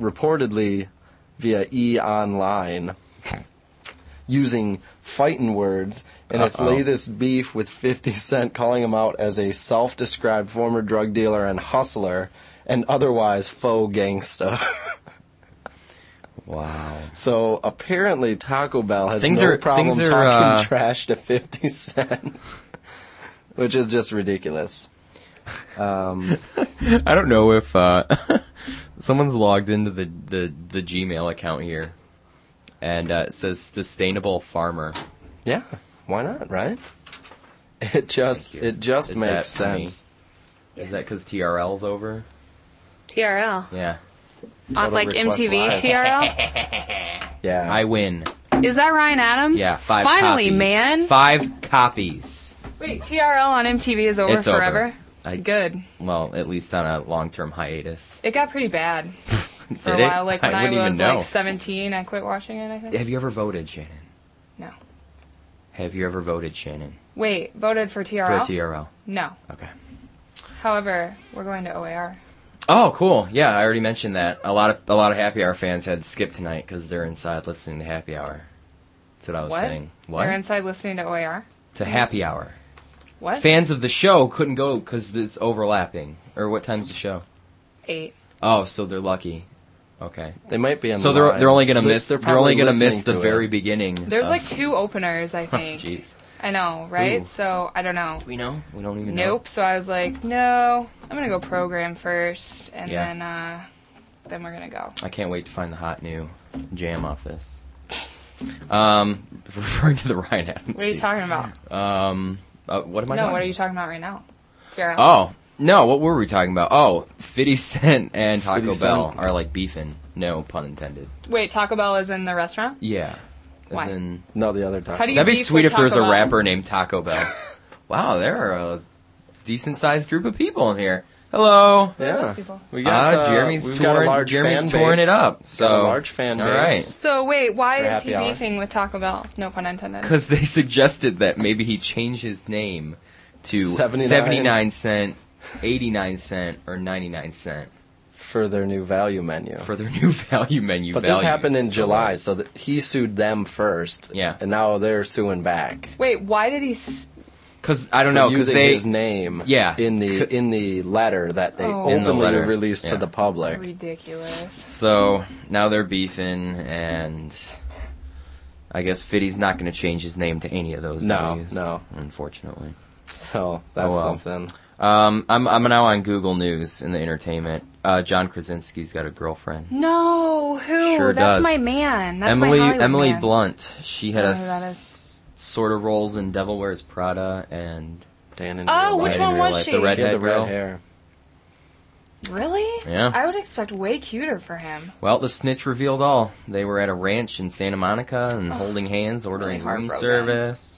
C: reportedly via e online using fighting words in its
D: Uh-oh.
C: latest beef with 50 Cent calling him out as a self-described former drug dealer and hustler and otherwise faux gangsta.
D: wow.
C: so apparently Taco Bell has
D: Things
C: no
D: are-
C: problem
D: things are, uh,
C: talking trash to 50 Cent. Which is just ridiculous.
D: I don't know if uh, someone's logged into the, the, the Gmail account here and uh, it says sustainable farmer.
C: Yeah, why not, right? It just it just
D: Is
C: makes
D: that funny?
C: sense.
D: Is that because TRL's over?
E: TRL?
D: Yeah.
E: On, like
C: Request
E: MTV
C: Live.
E: TRL?
C: Yeah.
D: I win.
E: Is that Ryan Adams?
D: Yeah, five
E: Finally,
D: copies.
E: man.
D: Five copies.
E: Wait, TRL on MTV is over
D: It's over.
E: forever?
D: I-
E: Good.
D: Well, at least on a long term hiatus.
E: It got pretty bad for
D: Did
E: a
D: it?
E: while. Like
D: I
E: when I,
D: wouldn't even
E: was
D: know.
E: like 17, I quit watching it, I think.
D: Have you ever voted, Shannon?
E: No.
D: Have you ever voted, Shannon?
E: Wait, voted for
D: For a
E: TRL?
D: TRL.
E: No.
D: Okay.
E: However, we're going to OAR.
D: Oh, cool. Yeah, I already mentioned that. A lot of a lot of Happy Hour fans had to skip tonight because they're inside listening to Happy Hour. That's what I was
E: What?
D: saying. What?
E: They're inside listening to OAR.
D: to Happy Hour.
E: What?
D: Fans of the show couldn't go because it's overlapping. Or what time's the show?
E: Eight.
D: Oh, so they're lucky. Okay.
C: they might be on
D: So
C: the
D: they're
C: line.
D: they're only gonna
C: Lis-
D: miss
C: they're
D: they're, only
C: probably
D: gonna miss
C: listening
D: the
C: to it.
D: very beginning.
E: There's
D: of-
E: like two openers, I think.
D: Oh. Jeez.
E: I know, right?
D: Ooh.
E: So I don't know.
D: We know. We don't even know.
E: Nope. So I was like, no, I'm gonna go program first, and
D: Yeah.
E: then uh, then we're gonna go.
D: I can't wait to find the hot new jam off this. Um, referring to the Ryan Adams.
E: What are you
D: scene.
E: talking about?
D: Um, uh, what am I?
E: no,
D: talking
E: what are
D: about?
E: you talking about right now? Tiara.
D: Oh no, what were we talking about? Oh, Fifty Cent and Taco
C: 50
D: Bell
C: Cent.
D: are like beefing. No pun intended.
E: Wait, Taco Bell is in the restaurant.
D: Yeah. As
E: Why?
D: in-
C: No, the other time.
E: How do you-
D: that'd be
E: beef
D: sweet
E: with
D: if there was a
E: Taco Bell.
D: rapper named Taco Bell. wow, there are a decent sized group of people in here. Hello.
E: Those
C: Yeah.
E: people.
C: We got
D: Ah,
C: uh,
D: Jeremy's
C: we've
D: touring-
C: got a large
D: Jeremy's
C: fan
D: touring it
C: base.
D: up,
C: Got
D: so-
C: a large fan
D: all
C: base.
D: right.
E: So wait, why
C: For
E: is he
C: happy hour.
E: beefing with Taco Bell? No pun intended.
D: Because they suggested that maybe he change his name to
C: 79.
D: 79 cent, 89 cent, or 99 cent
C: for their new value menu.
D: for their new value menu.
C: but
D: values.
C: this happened in
D: So,
C: July, so that he sued them first.
D: Yeah.
C: And now they're suing back.
E: Wait, why did he? S-
D: Because I don't
C: for
D: know. Because
C: using
D: they
C: his name
D: Yeah.
C: in the in the letter that they
E: Oh. In
D: the
C: openly
D: letter,
C: released to
D: yeah.
C: the public.
E: Ridiculous.
D: so now they're beefing, and I guess Fiddy's not going to change his name to any of those.
C: No,
D: values,
C: no.
D: unfortunately.
C: So that's
D: Oh, well.
C: something.
D: Um, I'm I'm now on Google News in the entertainment. Uh, John Krasinski's got a girlfriend.
E: No, who?
D: Sure
E: That's
D: does.
E: my man. That's
D: Emily
E: my Hollywood
D: Emily
E: man.
D: Blunt. She had
E: I
D: a
E: don't know who that
D: s- sort of roles in Devil Wears Prada and
C: Dan and
E: Oh,
C: Jeremiah.
E: which
D: Right
E: one
D: in real
E: was
D: life,
E: she?
D: the
C: She had
D: redhead
C: the red
D: girl.
C: hair.
E: Really?
D: Yeah.
E: I would expect way cuter for him.
D: Well, the snitch revealed all. They were at a ranch in Santa Monica and holding hands, ordering room
E: Oh. heartbroken.
D: service.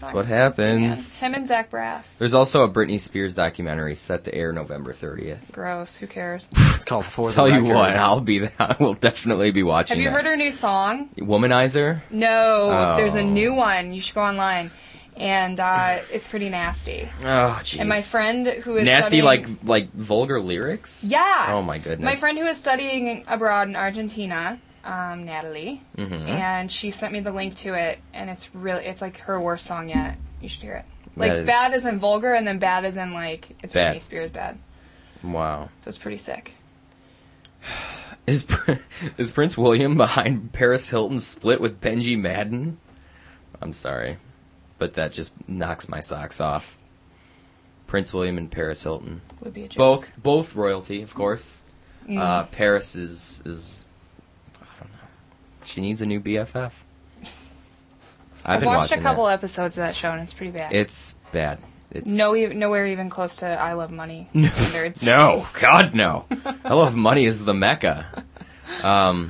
E: That's
D: what happens.
E: Him and Zach Braff.
D: There's also a Britney Spears documentary set to air November 30th.
E: Gross. Who cares?
C: It's called For
D: Tell
C: the
D: you
C: Record.
D: what, I'll be there. I will definitely be watching.
E: Have you heard her new song?
D: her? Womanizer?
E: No.
D: Oh.
E: There's a new one. You should go online, and uh, it's pretty nasty.
D: Oh, jeez.
E: And my friend who is
D: Nasty,
E: studying-
D: like like vulgar lyrics.
E: Yeah.
D: Oh my goodness.
E: My friend who is studying abroad in Argentina, um, Natalie,
D: Mm-hmm.
E: and she sent me the link to it, and it's really it's like her worst song yet. You should hear it. Like
D: That is-
E: bad is in vulgar, and then bad is in like it's
D: Bad.
E: Britney Spears bad.
D: Wow.
E: So it's pretty sick.
D: Is Pr- is Prince William behind Paris Hilton's split with Benji Madden? I'm sorry, but that just knocks my socks off. Prince William and Paris Hilton,
E: Would be a joke.
D: both both royalty, of course. Uh, Paris is is I don't know. She needs a new BFF. I've
E: I've
D: been
E: watched a
D: watching
E: couple
D: that.
E: episodes of that show, and it's pretty bad.
D: It's bad. It's
E: no, e- nowhere even close to I Love Money standards.
D: No, God, no. I love money is the mecca. Um,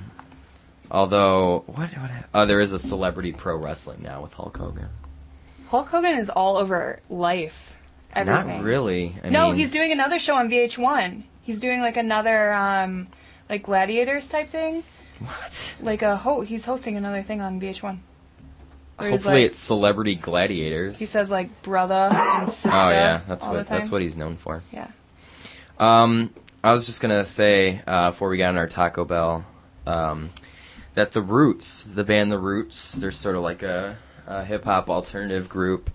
D: although what? what oh, there is a celebrity pro wrestling now with Hulk Hogan.
E: Hulk Hogan is all over life, everything.
D: Not really. I
E: No,
D: mean,
E: he's doing another show on VH1. He's doing like another um, like gladiators type thing.
D: what?
E: Like a ho- he's hosting another thing on VH1. Where he's
D: Hopefully,
E: like-
D: it's celebrity gladiators.
E: He says like brother and sister.
D: oh yeah, that's
E: all
D: what
E: the time.
D: that's what he's known for.
E: Yeah.
D: Um, I was just gonna say uh, before we got in our Taco Bell, um, that the Roots, the band The Roots, they're sort of like a, a hip hop alternative group.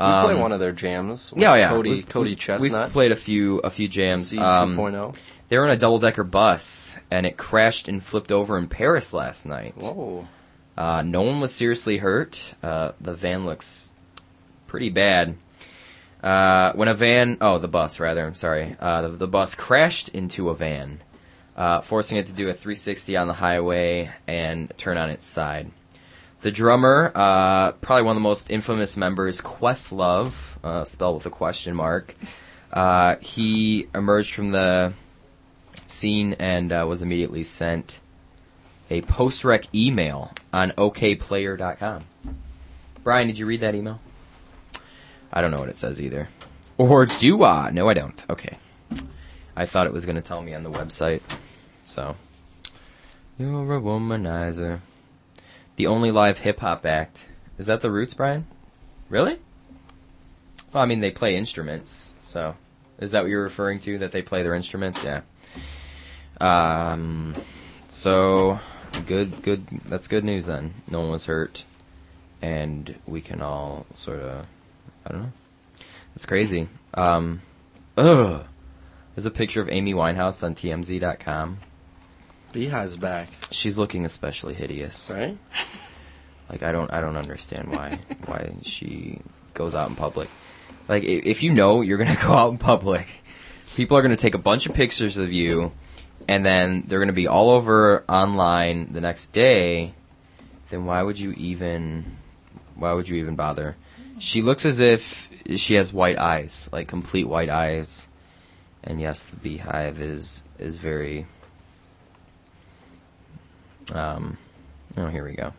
C: We
D: Um,
C: play one of their jams. With
D: Yeah, oh, yeah.
C: Cody,
D: We've-
C: Cody
D: we've-
C: Chestnut.
D: We've played a few a few jams.
C: C
D: Um,
C: 2.0.
D: they were on a double decker bus and it crashed and flipped over in Paris last night.
C: Whoa.
D: Uh, no one was seriously hurt. Uh, the van looks pretty bad. Uh, when a van, oh, the bus rather, I'm sorry. Uh, the, the bus crashed into a van, uh, forcing it to do a 360 on the highway and turn on its side. The drummer, uh, probably one of the most infamous members, Questlove, uh, spelled with a question mark. Uh, he emerged from the scene and uh, was immediately sent a post rec email on okplayer.com. Brian, did you read that email? I don't know what it says either. Or do I? No, I don't. Okay. I thought it was going to tell me on the website. So. You're a womanizer. The only live hip hop act. Is that the roots, Brian? Really? Well, I mean, they play instruments, so. Is that what you're referring to? That they play their instruments? Yeah. Um, so good, good. That's good news then. No one was hurt, and we can all sort of. I don't know. It's crazy. Um, ugh. There's a picture of Amy Winehouse on TMZ.com.
C: Beehive's back,
D: She's looking especially hideous.
C: right?
D: Like I don't, I don't understand why, why she goes out in public. Like i- if you know you're gonna go out in public, people are gonna take a bunch of pictures of you, and then they're gonna be all over online the next day. Then why would you even, why would you even bother? She looks as if she has white eyes, like complete white eyes. And yes, the beehive is is very. Um, oh, here we go.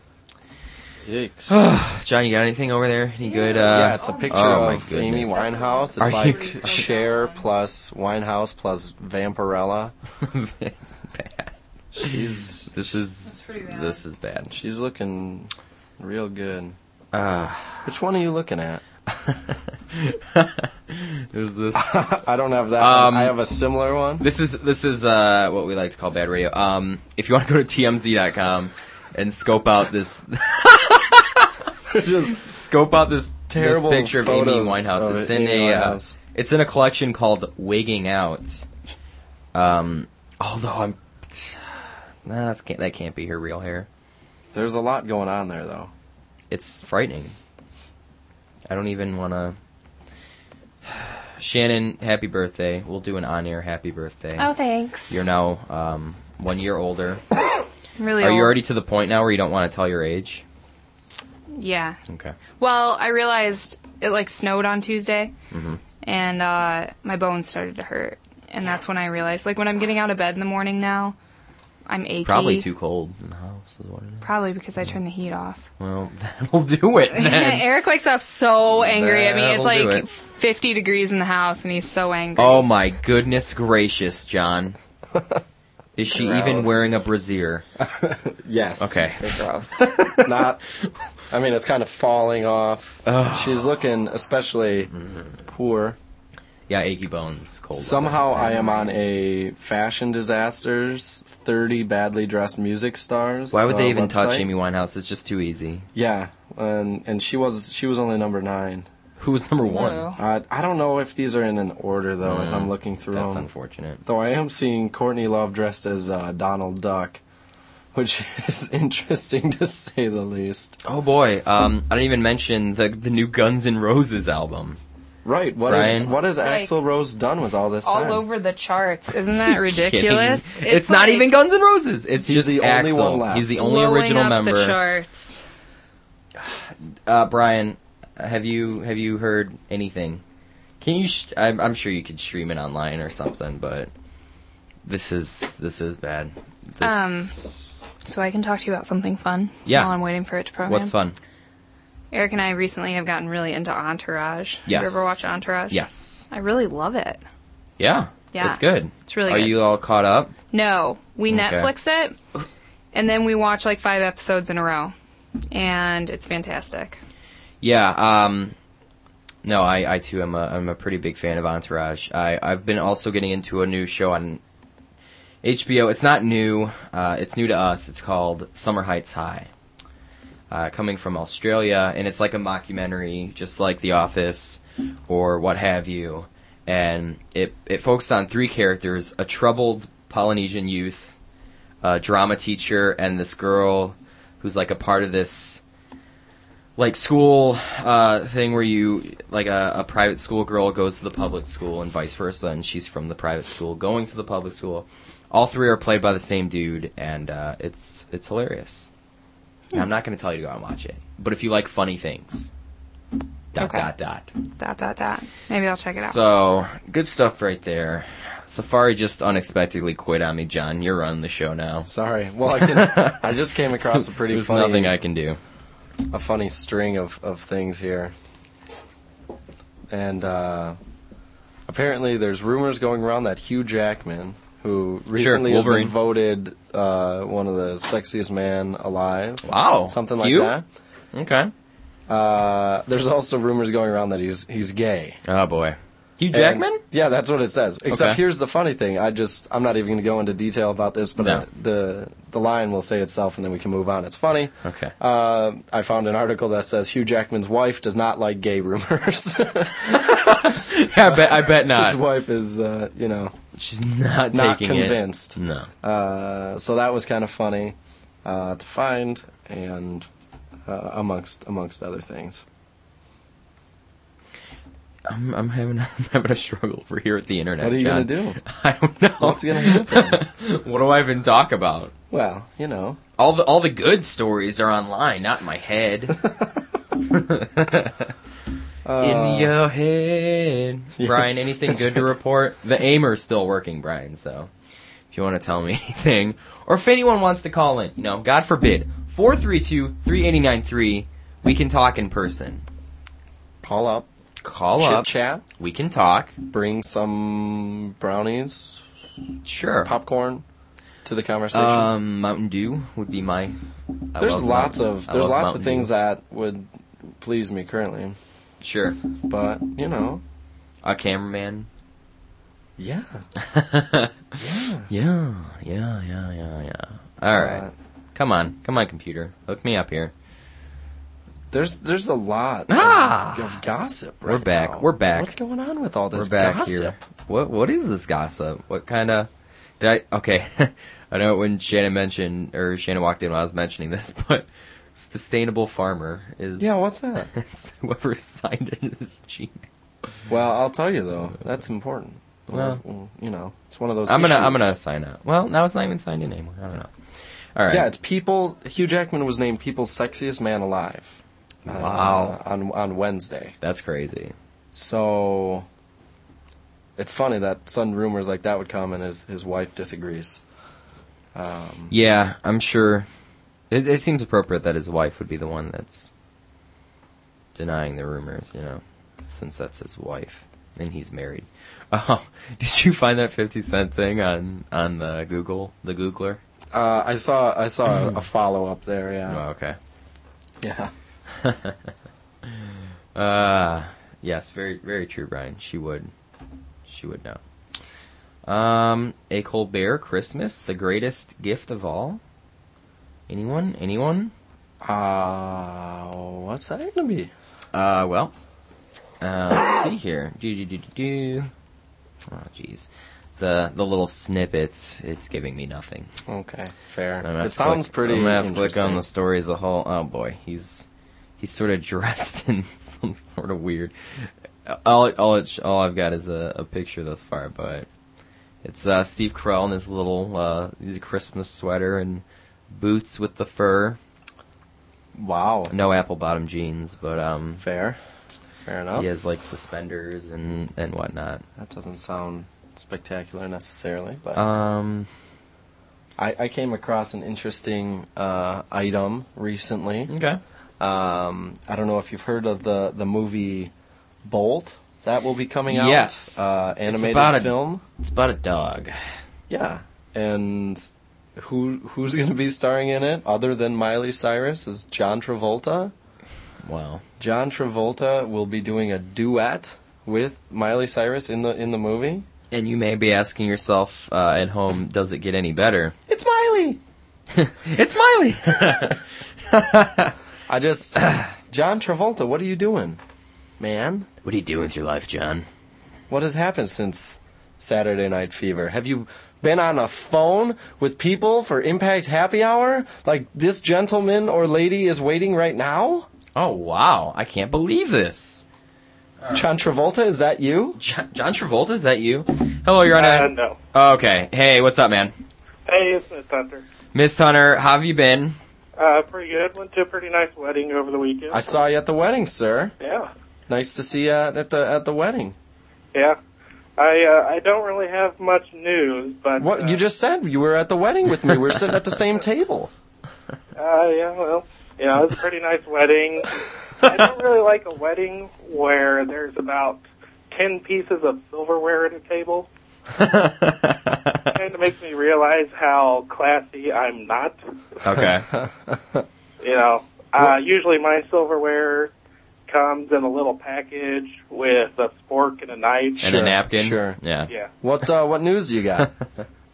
C: Yikes.
D: John, you got anything over there? Any good? Uh,
C: yeah, it's a picture
D: oh my
C: of Amy
D: goodness.
C: Winehouse. It's
D: Are you
C: like Cher plus Winehouse plus Vampirella.
D: it's bad.
C: She's
D: This is
E: pretty bad.
D: this is bad.
C: she's looking real good.
D: Uh,
C: Which one are you looking at?
D: is this?
C: I don't have that.
D: Um,
C: one. I have a similar one.
D: this is this is uh, what we like to call bad radio. Um, if you want to go to tmz.com and scope out this
C: Just
D: scope out this
C: Terrible
D: this picture of Amy
C: photos
D: Winehouse.
C: of
D: it's
C: Amy
D: in a uh,
C: Winehouse.
D: it's in a collection called Wigging Out. Um, although I'm nah, that's can't, that can't be her real hair.
C: there's a lot going on there though.
D: it's frightening. I don't even want to. Shannon, happy birthday. We'll do an on air happy birthday.
E: Oh, thanks.
D: You're now um, one year older.
E: really
D: Are you
E: old.
D: already to the point now where you don't want to tell your age?
E: Yeah.
D: Okay.
E: Well, I realized it like snowed on Tuesday,
D: Mm-hmm.
E: and uh, my bones started to hurt, and that's when I realized like when I'm getting out of bed in the morning now, I'm achy.
D: Probably too cold in the house is what it is.
E: Probably because I turned the heat off.
D: Well, that'll do it then.
E: Eric wakes up so angry at me. It's
D: That'll do
E: like
D: it.
E: 50 degrees in the house, and he's so angry.
D: oh my goodness gracious, John. Is she even
C: Gross.
D: wearing a brassiere?
C: Yes.
D: Okay.
E: gross.
C: Not. I mean, it's kind of falling off.
D: Ugh.
C: She's looking especially poor.
D: Yeah, achy bones, cold.
C: Somehow I am on a fashion disasters, 30 badly dressed music stars.
D: Why would
C: uh,
D: they even touch
C: website.
D: Amy Winehouse? It's just too easy.
C: Yeah, and and she was she was only number nine.
D: Who's number one?
E: Whoa.
C: Uh, I don't know if these are in an order though. As I'm looking through
D: Mm. That's
C: them,
D: unfortunate.
C: though I am seeing Courtney Love dressed as uh, Donald Duck, which is interesting to say the least.
D: Oh boy, um, I didn't even mention the the new Guns N' Roses album.
C: Right? What is
D: Brian?
C: what has
E: Like,
C: Axl Rose done with all this
E: All
C: time?
E: over the charts. Isn't that ridiculous?
D: Kidding. It's, not
E: like
D: even Guns N' Roses. It's
C: He's
D: just
C: the only
D: Axl.
C: one left.
D: He's the only
E: blowing
D: original
E: up
D: member.
E: The charts.
D: uh, Brian, have you have you heard anything? Can you? Sh- I'm, I'm sure you could stream it online or something, but this is this is bad. This,
E: Um, So I can talk to you about something fun
D: Yeah.
E: while I'm waiting for it to program.
D: what's fun?
E: Eric and I recently have gotten really into Entourage. Have
D: Yes.
E: You ever watch Entourage?
D: Yes.
E: I really love it.
D: Yeah.
E: Yeah.
D: It's good.
E: It's really
D: Are
E: good.
D: you all caught up?
E: No, we
D: Okay.
E: Netflix it, and then we watch like five episodes in a row, and it's fantastic.
D: Yeah. Um, no, I, I too am a, I'm a pretty big fan of Entourage. I, I've been also getting into a new show on HBO. It's not new. Uh, it's new to us. It's called Summer Heights High. Uh, coming from Australia, and it's like a mockumentary, just like The Office or what have you. And it it focused on three characters: a troubled Polynesian youth, a drama teacher, and this girl who's like a part of this like school uh, thing where you like a, a private school girl goes to the public school and vice versa, and she's from the private school going to the public school. All three are played by the same dude, and uh, it's it's hilarious. And I'm not going to tell you to go out and watch it, but if you like funny things, dot
E: Okay.
D: dot dot.
E: Dot dot dot. Maybe I'll check it out.
D: So good stuff right there. Safari just unexpectedly quit on me, John. You're running the show now.
C: Sorry. Well, I can, I just came across a pretty
D: There's
C: funny
D: nothing I can do.
C: a funny string of, of things here. And uh, apparently, there's rumors going around that Hugh Jackman, who recently has
D: Wolverine.
C: been voted uh, one of the sexiest man alive,
D: Wow,
C: something like
D: you?
C: that.
D: Okay.
C: Uh, there's also rumors going around that he's he's gay.
D: Oh boy, Hugh Jackman.
C: And- yeah, that's what it says. Except
D: Okay.
C: here's the funny thing. I just I'm not even going to go into detail about this, but
D: No.
C: uh, the the line will say itself, and then we can move on. It's funny.
D: Okay.
C: Uh, I found an article that says Hugh Jackman's wife does not like gay rumors.
D: I bet. I bet not.
C: His wife is, uh, you know,
D: She's not,
C: not
D: taking it.
C: convinced.
D: No.
C: Uh, so that was kind of funny uh, to find, and uh, amongst amongst other things.
D: I'm, I'm having I'm having a struggle over here at the internet.
C: What are you
D: John.
C: gonna do?
D: I don't know.
C: What's gonna happen?
D: what do I even talk about?
C: well, you know,
D: All the all the good stories are online, not in my head. in your head,
C: Uh, Yes,
D: Brian. Anything good to report? The aimer's still working, Brian. So if you want to tell me anything, or if anyone wants to call in, you know, God forbid, four three two three eighty nine three. We can talk in person.
C: call up,
D: Call
C: chit
D: up.
C: chat,
D: We can talk.
C: bring some brownies,
D: Sure.
C: popcorn to the conversation.
D: Um, Mountain Dew would be my. I love
C: there's lots
D: Mountain-
C: of
D: I
C: there's
D: love
C: lots
D: Mountain
C: of things
D: Dew.
C: that would please me currently,
D: Sure,
C: but you know,
D: a cameraman.
C: yeah.
D: Yeah, yeah, yeah, yeah, yeah. All right,
C: Uh,
D: come on, come on, computer, hook me up here.
C: There's there's a lot of-
D: Ah!
C: of, gossip. Right
D: We're back,
C: now.
D: we're back.
C: What's going on with all this
D: We're back
C: gossip?
D: here. What what is this gossip? What kind of? Did I? Okay, I know when Shannon mentioned or Shannon walked in while I was mentioning this, but sustainable farmer is
C: Yeah, what's that?
D: it's whoever signed it is cheap.
C: well, I'll tell you though, that's important.
D: Well.
C: Well, you know, it's one of those.
D: I'm gonna I'm
C: issues.
D: gonna sign up. Well, now it's not even signed in anymore. I don't know. All right.
C: Yeah, it's people. Hugh Jackman was named People's Sexiest Man Alive. uh,
D: Wow.
C: on on Wednesday.
D: That's crazy.
C: So it's funny that sudden rumors like that would come, and his his wife disagrees.
D: Yeah, I'm sure. It, it seems appropriate that his wife would be the one that's denying the rumors, you know, since that's his wife and he's married. Oh, did you find that 50 cent thing on on the Google, the Googler?
C: Uh, I saw I saw a, a follow up there. Yeah.
D: Oh, okay.
C: Yeah.
D: Uh, yes, very very true, Brian. She would she would know. Um, a Colbert Christmas, the greatest gift of all. Anyone? Anyone?
C: Uh, what's that gonna be?
D: Uh, well, uh, let's see here. Do do do do do. Oh, jeez. The the little snippets. It's giving me nothing.
C: Okay, fair.
D: So I'm gonna have
C: it
D: to
C: sounds
D: click-
C: pretty.
D: I'm gonna have to click
C: interesting.
D: on the story as a whole. Oh boy, he's he's sort of dressed in some sort of weird. All all it, all I've got is a, a picture thus far, but it's uh, Steve Carell in his little uh, his Christmas sweater and boots with the fur.
C: Wow.
D: No apple bottom jeans, but um,
C: Fair. Fair enough.
D: he has like suspenders and and whatnot.
C: That doesn't sound spectacular necessarily, but
D: Um,
C: I, I came across an interesting uh, item recently.
D: okay.
C: Um, I don't know if you've heard of the, the movie Bolt that will be coming out.
D: Yes.
C: Uh,
D: It's
C: animated
D: about a-
C: film.
D: It's about a dog.
C: Yeah. And who who's going to be starring in it other than Miley Cyrus is John Travolta.
D: Wow.
C: John Travolta will be doing a duet with Miley Cyrus in the in the movie.
D: And you may be asking yourself uh, at home, does it get any better?
C: It's Miley.
D: It's Miley.
C: I just John Travolta, what are you doing? Man,
D: what are you doing with your life, John?
C: what has happened since Saturday Night Fever? Have you been on a phone with people for Impact Happy Hour? Like this gentleman or lady is waiting right now?
D: Oh wow! I can't believe this.
C: John Travolta, is that you?
D: John, John Travolta, is that you? Hello, you're on.
F: Uh,
D: air.
F: no.
D: Okay. Hey, what's up, man?
F: Hey, it's Miss Hunter.
D: Miss Hunter, how have you been?
F: Uh, pretty good. Went to a pretty nice wedding over the weekend.
C: I saw you at the wedding, sir.
F: yeah,
C: Nice to see you at the at the wedding.
F: yeah. I uh, I don't really have much news, but
C: What
F: uh,
C: you just said? You were at the wedding with me. We were sitting at the same table.
F: Uh, yeah, well, you know, it was a pretty nice wedding. I don't really like a wedding where there's about ten pieces of silverware at a table. kind of makes me realize how classy I'm not.
D: Okay.
F: You know, uh, usually my silverware comes in a little package with a fork and a knife.
D: and
C: Sure,
D: a napkin.
C: sure.
D: Yeah.
F: Yeah.
C: What uh, what news you got?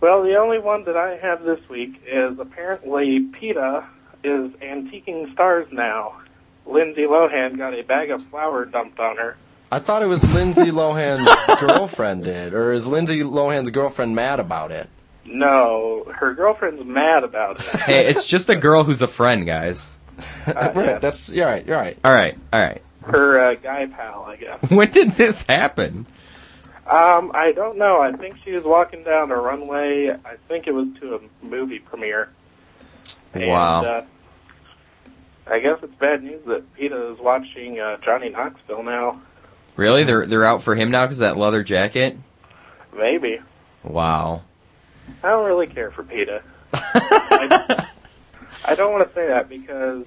F: Well, the only one that I have this week is apparently PETA is antiquing stars now. Lindsay Lohan got a bag of flour dumped on her.
C: I thought it was Lindsay Lohan's girlfriend did, or is Lindsay Lohan's girlfriend mad about it?
F: No, her girlfriend's mad about it.
D: Hey, it's just a girl who's a friend, guys.
F: Uh,
C: Right,
F: yeah,
C: That's you're right. You're right.
D: All right. All right.
F: her uh, guy pal, I guess.
D: When did this happen?
F: Um, I don't know. I think she was walking down a runway. I think it was to a movie premiere. And,
D: Wow.
F: Uh, I guess it's bad news that PETA is watching uh, Johnny Knoxville now.
D: Really? They're they're out for him now because that leather jacket.
F: Maybe.
D: Wow.
F: I don't really care for PETA. I, I don't want to say that because,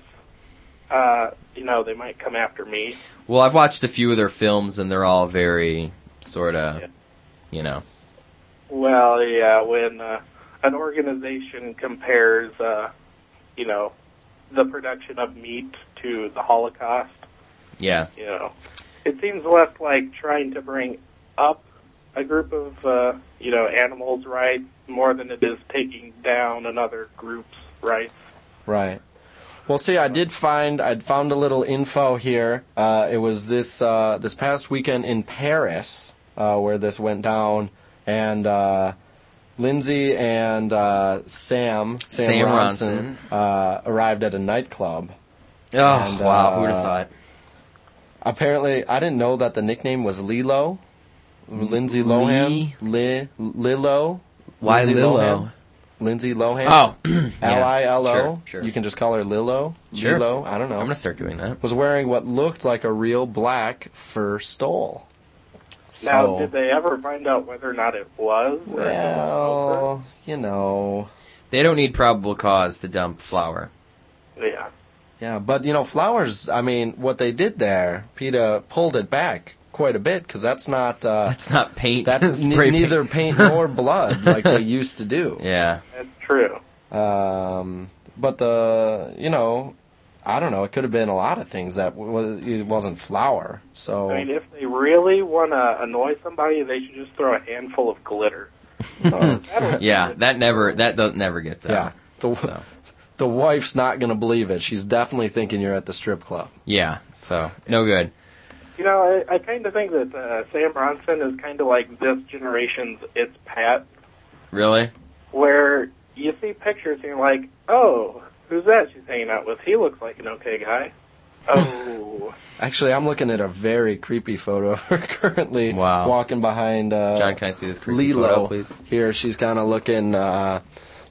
F: uh, you know, they might come after me.
D: Well, I've watched a few of their films and they're all very sort of,
F: Yeah.
D: you know.
F: Well, yeah, when uh, an organization compares, uh, you know, the production of meat to the Holocaust,
D: Yeah.
F: you know, it seems less like trying to bring up a group of, uh, you know, animals' rights more than it is taking down another group's rights.
C: Right. Well, see, I did find I'd found a little info here. Uh, it was this uh, this past weekend in Paris uh, where this went down, and uh, Lindsay and uh, Sam Sam,
D: Sam
C: Ronson, Uh, arrived at a nightclub.
D: Oh
C: And,
D: wow.
C: uh,
D: Who'd have thought?
C: Apparently, I didn't know that the nickname was Lilo. Lindsay Lohan, Li, Lilo.
D: Why
C: Lindsay
D: Lilo?
C: Lohan. Lindsay Lohan.
D: Oh.
C: L I L
D: Sure,
C: O.
D: sure.
C: You can just call her Lilo.
D: Sure.
C: Lilo. I don't know.
D: I'm gonna start doing that.
C: was wearing what looked like a real black fur stole.
F: Now,
D: So
F: did they ever find out whether or not it was? or-
C: Well, you know.
D: they don't need probable cause to dump flour.
F: yeah.
C: Yeah, but you know, flowers, I mean, what they did there, PETA pulled it back quite a bit because that's not, uh,
D: It's not paint.
C: that's ne-
D: spray paint.
C: neither paint nor blood like they used to do.
D: Yeah.
F: That's true.
C: Um, but the, you know, I don't know, it could have been a lot of things that was, it wasn't flour. So,
F: I mean, if they really want to annoy somebody, they should just throw a handful of glitter. That'll-
D: Yeah. That never. That does never gets
C: yeah.
D: out.
C: The,
D: So.
C: the wife's not going to believe it. She's definitely thinking you're at the strip club.
D: Yeah. So no good.
F: You know, I, I kind of think that uh, Sam Bronson is kind of like this generation's It's Pat,
D: Really?
F: where you see pictures and you're like, oh, who's that she's hanging out with? He looks like an okay guy. Oh,
C: Actually, I'm looking at a very creepy photo of her currently
D: Wow.
C: walking behind uh,
D: John, can I see this creepy
C: Lilo
D: photo, please?
C: here. She's kind of looking uh,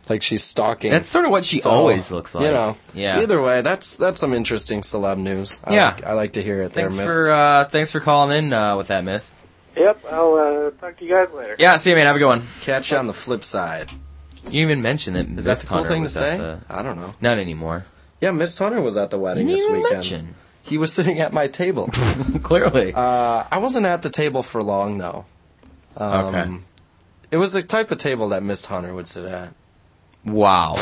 C: Like she's stalking.
D: That's sort of what she
C: So,
D: always looks like.
C: You know.
D: Yeah.
C: Either way, that's that's some interesting celeb news. I
D: Yeah.
C: Like, I like to hear it
D: Thanks
C: there,
D: for
C: Miss.
D: uh, thanks for calling in uh, with that, Miss.
F: Yep, I'll uh, talk to you guys later.
D: Yeah. See you, man. Have a good one.
C: Catch you on the flip side.
D: You even mentioned that.
C: Is
D: Miss
C: that the cool
D: Hunter
C: thing to
D: was at
C: say?
D: the-
C: I don't know.
D: not anymore.
C: Yeah, Miss Hunter was at the wedding
D: Didn't
C: this
D: even
C: weekend.
D: mention.
C: He was sitting at my table.
D: Clearly.
C: uh, I wasn't at the table for long though. Um,
D: okay.
C: It was the type of table that Miss Hunter would sit at.
D: Wow.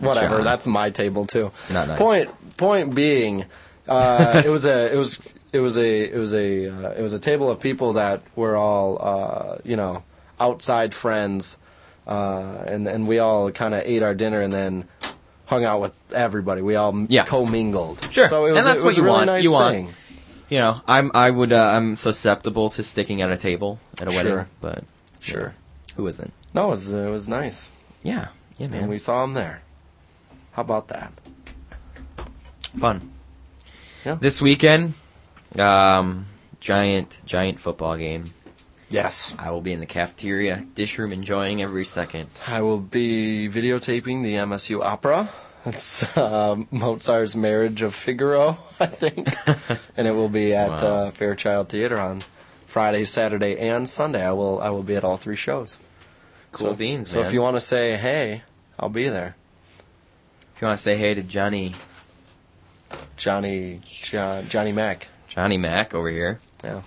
C: whatever.
D: Sure.
C: That's my table too.
D: Not nice.
C: Point point being, uh, it was a it was it was a it was a uh, it was a table of people that were all uh, you know outside friends, uh, and and we all kind of ate our dinner and then hung out with everybody. We all
D: Yeah.
C: commingled.
D: Sure.
C: So it
D: And
C: was,
D: that's
C: it was
D: what you
C: a really
D: want.
C: nice
D: You want
C: thing.
D: you know, I'm I would uh, I'm susceptible to sticking at a table at a
C: Sure.
D: wedding, but
C: Sure.
D: yeah, who isn't?
C: No, it was it was nice,
D: Yeah. Yeah, man.
C: and we saw him there. How about that?
D: Fun.
C: Yeah.
D: This weekend, um, giant giant football game.
C: Yes,
D: I will be in the cafeteria dish room enjoying every second.
C: I will be videotaping the MSU opera. It's uh, Mozart's Marriage of Figaro, I think. and it will be at
D: Wow.
C: uh, Fairchild Theater on Friday, Saturday, and Sunday. I will I will be at all three shows.
D: Cool
C: so,
D: beans,
C: So
D: man.
C: if you want to say hey, I'll be there.
D: If you want to say hey to Johnny
C: Johnny John, Johnny Mack,
D: Johnny Mac over here,
C: yeah,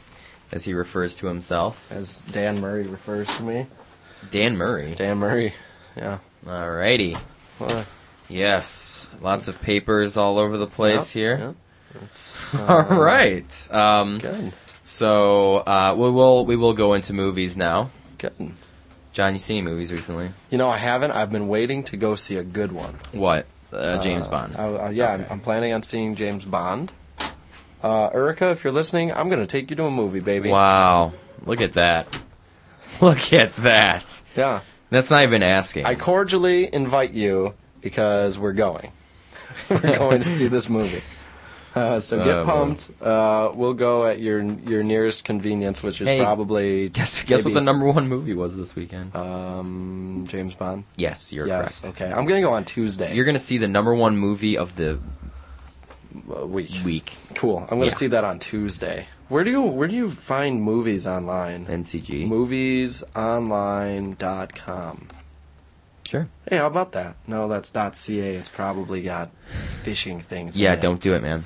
D: as he refers to himself,
C: as Dan Murray refers to me.
D: Dan Murray.
C: Dan Murray, yeah.
D: Alrighty.
C: Well,
D: Yes, lots of papers all over the place
C: yeah,
D: here.
C: yeah. It's, uh,
D: All right. Um,
C: Good.
D: so uh, we will we will go into movies now.
C: Good.
D: John, you seen any movies recently?
C: You know, I haven't. I've been waiting to go see a good one.
D: What? Uh, James
C: Uh,
D: Bond.
C: I, I, yeah, I'm, I'm planning on seeing James Bond. Uh, Erica, if you're listening, I'm gonna take you to a movie, baby.
D: Wow! Look at that! Look at that!
C: Yeah,
D: That's not even asking.
C: I cordially invite you because we're going. we're going to see this movie. Uh, so
D: Oh,
C: get
D: boy.
C: pumped. Uh, we'll go at your your nearest convenience, which is
D: Hey,
C: probably
D: guess guess what the
C: maybe,
D: number one movie was this weekend?
C: um James Bond.
D: yes, you're
C: yes.
D: correct.
C: Okay. I'm gonna go on Tuesday.
D: You're gonna see the number one movie of the
C: uh, week.
D: week.
C: Cool. I'm gonna
D: Yeah.
C: see that on Tuesday. Where do you where do you find movies online?
D: NCG.
C: moviesonline.com.
D: Sure.
C: Hey, how about that? No, that's .ca. It's probably got phishing things. in
D: Yeah,
C: it.
D: don't do it, man.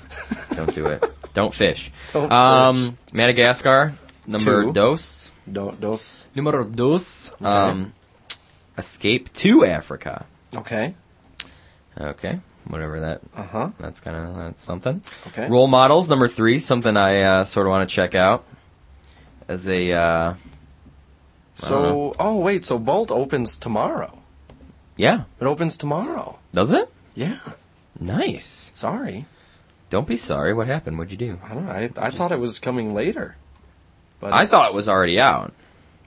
D: Don't do it. Don't fish.
C: Don't
D: um, Madagascar, number
C: Two.
D: dos.
C: don't dos.
D: Numero dos. Um, escape to Africa.
C: Okay.
D: Okay, whatever that.
C: Uh huh.
D: That's kind of that's something.
C: Okay.
D: Role models number three, something I uh, sort of want to check out as a. Uh,
C: So, oh wait, so Bolt opens tomorrow.
D: yeah,
C: It opens tomorrow.
D: does it?
C: Yeah.
D: Nice.
C: Sorry.
D: Don't be sorry. What happened? What'd you do?
C: I don't know. I, I thought it was coming later. But
D: I
C: it's-
D: thought it was already out.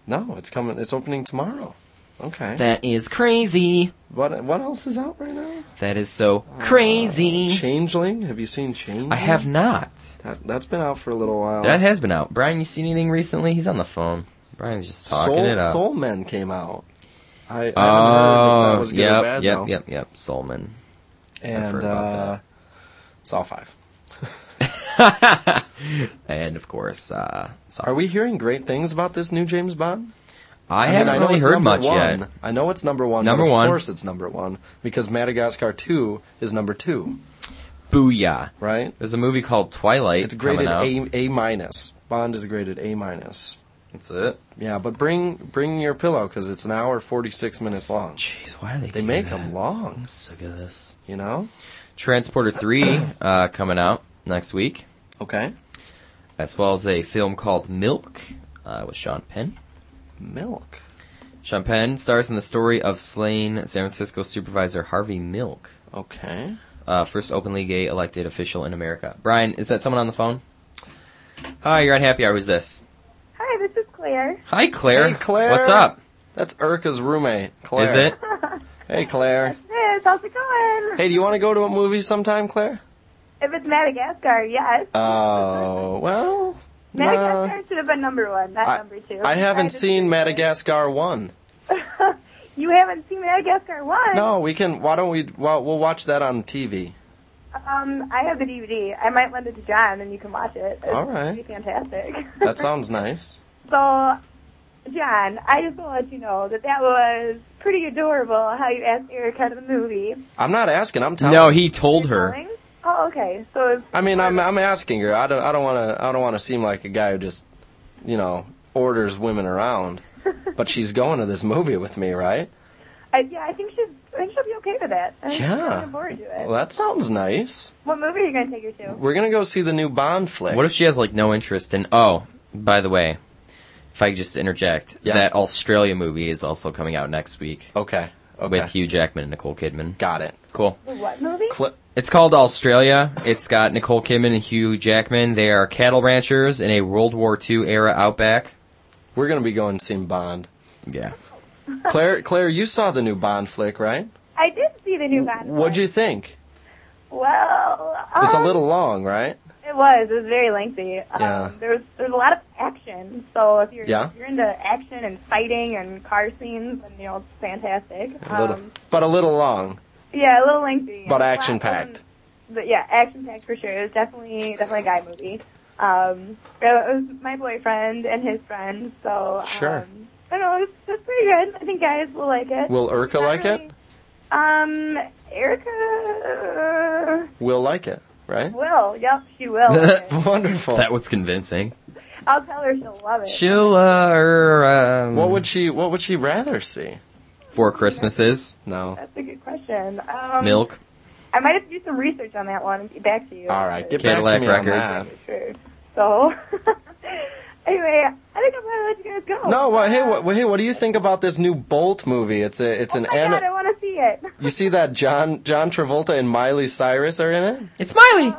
C: No, it's coming. It's opening tomorrow. Okay.
D: That is crazy.
C: what what else is out right now?
D: That is so crazy.
C: Changeling. Have you seen Changeling?
D: I have not.
C: That, that's been out for a little while.
D: That has been out. Brian, you seen anything recently? He's on the phone. Brian's just talking
C: Soul,
D: it up.
C: Soul Men came out. I, I haven't heard if that
D: oh,
C: was good
D: yep,
C: or bad
D: yep,
C: though.
D: yep, yep. Soulman. I
C: And
D: forgot about
C: uh, Saw Five.
D: And of course, uh, sorry.
C: Are we hearing great things about this new James Bond?
D: I,
C: mean,
D: haven't
C: know
D: really
C: it's
D: heard
C: number
D: much
C: one.
D: yet.
C: I know it's number one.
D: Number
C: but
D: one.
C: Of course, it's number one because Madagascar Two is number two,
D: Booyah.
C: right?
D: There's a movie called Twilight.
C: It's graded
D: coming out.
C: A A minus. Bond is graded A minus.
D: That's it.
C: Yeah, but bring bring your pillow because it's an hour forty six minutes long.
D: Jeez, why do they
C: They
D: do
C: make
D: that?
C: them long,
D: I'm sick of this.
C: you know.
D: Transporter 3 uh, coming out next week,
C: Okay,
D: as well as a film called Milk uh, with Sean Penn.
C: milk.
D: Sean Penn stars in the story of slain San Francisco supervisor Harvey Milk.
C: Okay.
D: uh, first openly gay elected official in America. Brian, is that someone on the phone? Hi, you're on Happy Hour. Who's this?
G: Hi, this is Claire.
D: Hi, Claire.
C: Hey, Claire.
D: What's up?
C: That's Erica's roommate, Claire.
D: Is it?
C: Hey, Claire.
G: Yes, how's it going?
C: Hey, do you want to go to a movie sometime, Claire?
G: If it's Madagascar, yes.
C: Uh, Oh, well.
G: Madagascar should have been number one, not
C: I,
G: number two.
C: I
G: I
C: haven't
G: just-
C: seen Madagascar 1.
G: You haven't seen Madagascar 1?
C: No, we can. Why don't we? Well, we'll watch that on TV.
G: Um, I have the DVD. I might lend it to John and you can watch it. It's
C: All right. Uh,
G: pretty fantastic.
C: That sounds nice.
G: So, John, I just want to let you know that that was pretty adorable how you asked Eric out of the movie.
C: I'm not asking. I'm telling.
D: No, he told her.
G: Going? Oh, okay. So it's
C: I mean, I'm I'm asking her. I don't I don't want to I don't want to seem like a guy who just, you know, orders women around. But she's going to this movie with me, right?
G: I, yeah, I think she's. I think she'll be okay with that. I think she's
C: Yeah.
G: looking forward to it.
C: Well, that sounds nice.
G: what movie are you gonna take her to?
C: We're gonna go see the new Bond flick.
D: What if she has like no interest in? Oh, by the way, if I could just interject,
C: Yeah.
D: that Australia movie is also coming out next week
C: okay. Okay.
D: with Hugh Jackman and Nicole Kidman.
C: Got it.
D: Cool.
G: The what movie?
C: Cl-
D: It's called Australia. It's got Nicole Kidman and Hugh Jackman. They are cattle ranchers in a World War II era outback.
C: We're gonna be going seeing Bond.
D: Yeah.
C: Claire, Claire, you saw the new Bond flick, right?
G: I did see the new Bond.
C: What'd you think?
G: Well, um,
C: It's a little long, right?
G: It was. It was very lengthy. Um,
C: Yeah.
G: There was there's a lot of action. So if you're
C: Yeah.
G: if you're into action and fighting and car scenes, and you know it's fantastic.
C: A little,
G: Um,
C: but a little long.
G: yeah, um, a little lengthy.
C: But
G: A lot
C: action-packed.
G: of- But yeah, action packed for sure. It was definitely definitely a guy movie. Um, it was my boyfriend and his friend. So
C: Sure.
G: Um, I don't know. It's, it's pretty good. I think guys will like it.
C: Will Erica
G: Not
C: like
G: really-
C: it?
G: Um, Erica
C: Will like it, right?
G: will. Yep, she will.
C: Wonderful.
D: That was convincing.
G: I'll tell her she'll love it.
D: She'll, uh, um,
C: what would she? What would she rather see?
D: Four Christmases,
C: No.
G: That's a good question. Um,
D: Milk.
G: I might have to do some research on that one and get back to you.
C: All right, get
D: Cadillac
C: back to me on
D: Records.
C: that.
G: Sure. So, anyway, I think I'm gonna let you guys go.
C: No, well, hey, what, well, hey, what do you think about this new Bolt movie? It's a, it's
G: Oh
C: an
G: my
C: ana-
G: God, I want to see it.
C: You see that John, John Travolta and Miley Cyrus are in it?
D: It's Miley!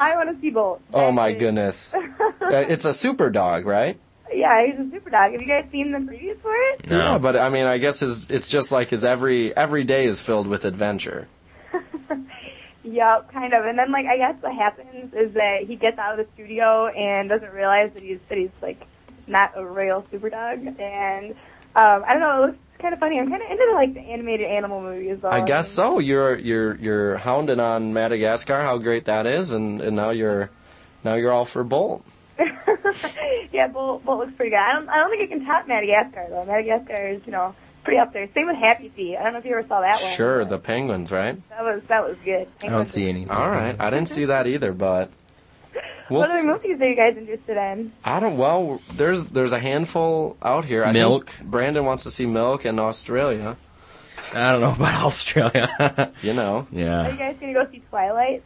G: I want to see both.
C: Oh my
G: Actually.
C: goodness! Uh, it's a super dog, right?
G: yeah, he's a super dog. Have you guys seen the previews for it?
D: No.
C: Yeah, but I mean, I guess his, it's just like his every every day is filled with adventure.
G: Yep, kind of. And then, like, I guess what happens is that he gets out of the studio and doesn't realize that he's that he's like not a real super dog. And um, I don't know, it looks kind of funny. I'm kind of into like the animated animal movies. Though.
C: I guess so. You're you're you're hounding on Madagascar, how great that is, and, and now you're now you're all for Bolt.
G: yeah, Bolt, Bolt looks pretty good. I don't, I don't think it can top Madagascar though. Madagascar is, you know, pretty up there. Same with Happy Feet. I don't know if you ever saw that one.
C: Sure,
G: but
C: the penguins, right?
G: that was that was good.
D: I don't see anything.
C: All right, I didn't see that either, but we'll.
G: What other
C: s-
G: movies are you guys interested in?
C: I don't. Well, there's there's a handful out here. I think
D: Milk.
C: Brandon wants to see Milk in Australia.
D: I don't know about Australia.
C: You know.
G: Are you
D: yeah.
G: guys gonna go see Twilight?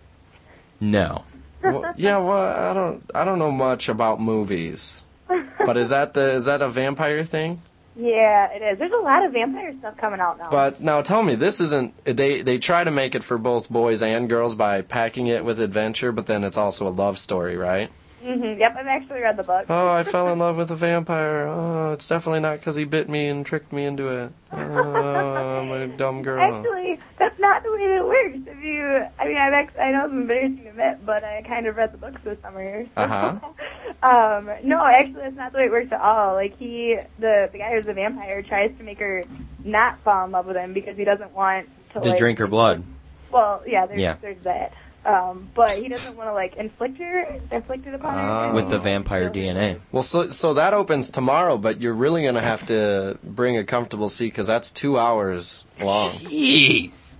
D: No.
C: Well, yeah. Well, I don't. I don't know much about movies. But is that the is that a vampire thing?
G: Yeah, it is. There's a lot of vampire stuff coming out now.
C: But now tell me, this isn't. They they try to make it for both boys and girls by packing it with adventure, but then it's also a love story, right?
G: hmm Yep, I've actually read the book.
C: Oh, I fell in love with a vampire. Oh, it's definitely not because he bit me and tricked me into it. Oh, I'm a dumb girl.
G: Actually, that's not the way that it works. If you, I mean, I've actually, I know it's embarrassing to admit, but I kind of read the books this summer. so-
C: Uh-huh.
G: um, no, actually, that's not the way it works at all. Like he, the the guy who's a vampire, tries to make her not fall in love with him because he doesn't want to,
D: To
G: like,
D: drink her blood.
G: Well, yeah, there's,
D: Yeah.
G: there's that. Um, but he doesn't want to like inflict her, inflict it upon her.
D: Ah, With the vampire DNA.
C: Well, so so that opens tomorrow, but you're really gonna have to bring a comfortable seat because that's two hours long.
D: Jeez.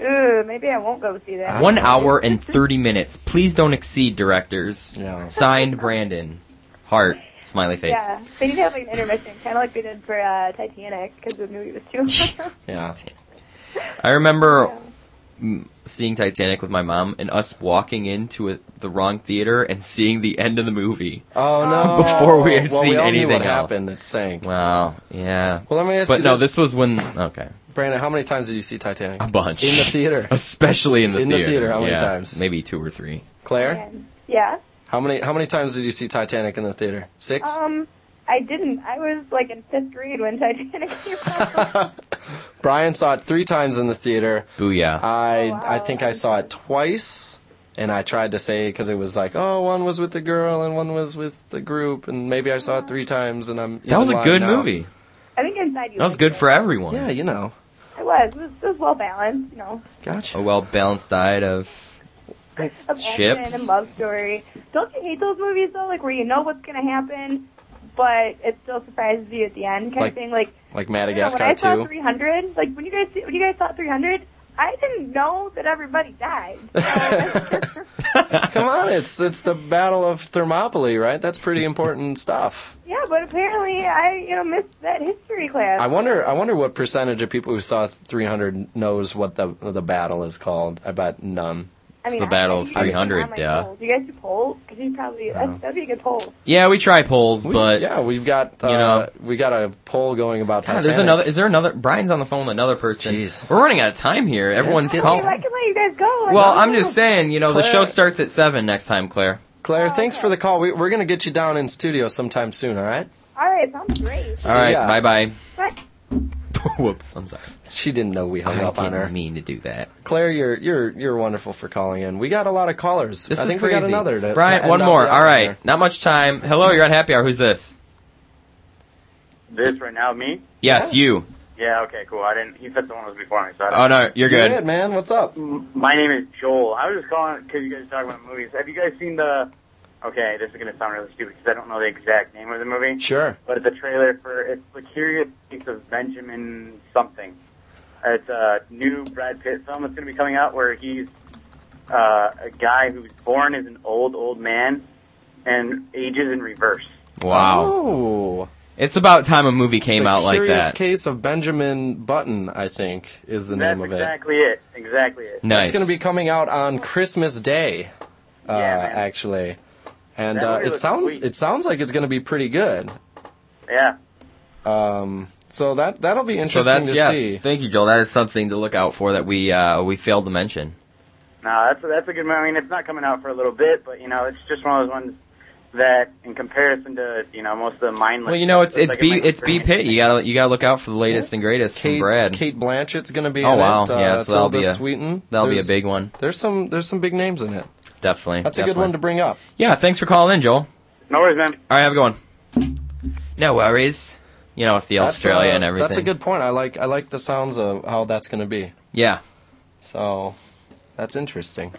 G: Ooh, maybe I won't go see that.
D: One hour and 30 minutes. Please don't exceed, directors.
C: Yeah.
D: Signed, Brandon. Heart. Smiley face.
G: Yeah, they need to have like an intermission, kind of like they did for uh, Titanic, because the movie was too.
C: Yeah.
D: I remember mm, seeing Titanic with my mom and us walking into a, the wrong theater and seeing the end of the movie.
C: Oh no!
D: Before we had
C: well,
D: seen
C: we all knew
D: anything
C: what
D: else.
C: happened. It sank.
D: Wow. Yeah.
C: Well, let me ask
D: But
C: you
D: no,
C: this,
D: this was when. Okay.
C: Brandon, how many times did you see Titanic?
D: A bunch.
C: in the theater.
D: Especially in the
C: In the
D: theater.
C: theater, how many
D: Yeah,
C: times?
D: Maybe two or three.
C: Claire,
G: And- yeah.
C: how many how many times did you see Titanic in the theater? Six.
G: Um, I didn't. I was like in fifth grade when Titanic came out.
C: Brian saw it three times in the theater.
D: Booyah.
C: I
G: Oh, wow.
C: I think I saw it twice, and I tried to say because it was like, oh, one was with the girl and one was with the group, and maybe I saw it three times, and I'm
D: that was a
C: even
D: good
C: lying now.
D: movie.
G: I think inside you.
D: That was good for everyone.
C: Yeah, you know.
G: It was. It was, it was well balanced. You know,
C: Gotcha.
D: A Oh, well balanced diet of
G: of action
D: chips.
G: and love story. Don't you hate those movies though? Like where you know what's gonna happen, but it still surprises you at the end, kind
C: Like
G: of thing. Like
C: Like
G: I don't know, when
C: Madagascar
G: I saw
C: 2.
G: 300, like when you guys when you guys saw 300, I didn't know that everybody died.
C: Come on, it's it's the Battle of Thermopylae, right? That's pretty important stuff.
G: yeah, but apparently I you know missed that history class.
C: I wonder I wonder what percentage of people who saw 300 knows what the the battle is called. I bet none.
G: I mean,
D: the Battle of
G: you guys should
D: 300,
G: put on, like,
D: yeah.
G: polls. You guys do polls because you probably that's, that'd be a good poll.
D: Yeah, we try polls,
C: We-
D: but
C: yeah, we've got uh,
D: you know-
C: we got a poll going about
D: God,
C: Titanic.
D: there's another. Is there another? Brian's on the phone with another person.
C: Jeez.
D: We're running out of time here. Everyone's
C: get
G: I
D: calling.
C: Oh.
G: can let you guys go. Like,
D: Well,
G: I
D: I'm
G: don't
D: just
G: know.
D: saying. You know, the show
C: Claire.
D: starts at seven next time, Claire.
C: Claire, thanks
G: okay.
C: for the call. We, we're going to get you down in studio sometime soon, all right?
G: All right, sounds great.
D: All right,
C: ya.
D: bye bye.
G: But
D: Whoops, I'm sorry.
C: She didn't know we hung
D: I
C: up on her.
D: didn't mean to do that.
C: Claire, you're you're you're wonderful for calling in. We got a lot of callers.
D: This
C: I
D: is
C: think
D: crazy.
C: we got another. To,
D: Brian,
C: to
D: one
C: end up
D: more.
C: the
D: All
C: hour
D: right,
C: here.
D: not much time. Hello, you're on Happy Hour. Who's this?
H: This right now, me?
D: Yes, you.
H: Yeah, okay, cool. I didn't. He said someone was before me, so I
D: Oh
H: don't.
D: no, you're
C: You're
D: good.
C: it, man. What's up?
H: My name is Joel. I was just calling because you guys are talking about movies. Have you guys seen the? Okay, this is gonna sound really stupid because I don't know the exact name of the movie,
C: Sure.
H: but the trailer for it's the Curious Case of Benjamin something. It's a new Brad Pitt film that's gonna be coming out where he's uh, a guy who's born as an old old man and ages in reverse.
D: Wow,
C: Oh.
D: it's about time a movie came
C: It's a
D: out like
C: Curious
D: that.
C: Case of Benjamin Button, I think, is the
H: That's
C: name of it.
H: exactly it. Exactly it.
D: Nice.
C: It's going to be coming out on Christmas Day, uh,
H: Yeah, man.
C: actually, and
H: That
C: uh,
H: movie
C: it
H: looks
C: sounds
H: sweet.
C: it sounds like it's going to be pretty good.
H: Yeah.
C: Um, so that that'll be
D: so
C: interesting
D: that's
C: to
D: yes.
C: see.
D: Thank you, Joel. That is something to look out for that we uh, we failed to mention.
H: No, that's a, that's a good movie. I mean, it's not coming out for a little bit, but you know, it's just one of those ones that, in comparison to you know most of the mindless.
D: Well, you know, it's
H: stuff,
D: it's
H: like, it
D: B
H: might
D: it's B Pitt. You gotta you gotta look out for the latest and greatest from
C: Kate,
D: Brad.
C: Kate Blanchett's going to be
D: Oh,
C: in
D: wow.
C: it. Uh,
D: Yeah, so that'll
C: Tilda
D: be a-
C: Swinton.
D: That'll
C: There's-
D: be a big one,
C: There's some there's some big names in it.
D: definitely.
C: That's a good one to bring up.
D: yeah, thanks for calling in, Joel.
H: No worries, man.
D: All right, have a good one. No worries. You know, with the
C: That's,
D: Australia
C: uh,
D: and everything.
C: That's a good point. I like I like the sounds of how that's going to be.
D: Yeah,
C: So that's interesting.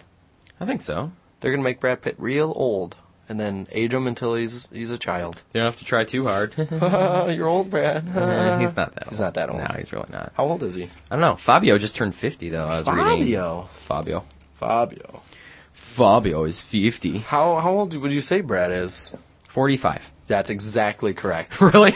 D: I think so.
C: They're going to make Brad Pitt real old and then age him until he's he's a child.
D: You don't have to try too hard. he's
C: You're old, Brad.
D: not that. Old.
C: Uh, He's not that old.
D: No, he's really not.
C: How old is he?
D: I don't know. Fabio just turned fifty, though. I was reading.
C: Fabio.
D: Fabio.
C: Fabio.
D: Fabio is fifty.
C: How how old would you say Brad is?
D: Forty-five.
C: That's exactly correct.
D: Really?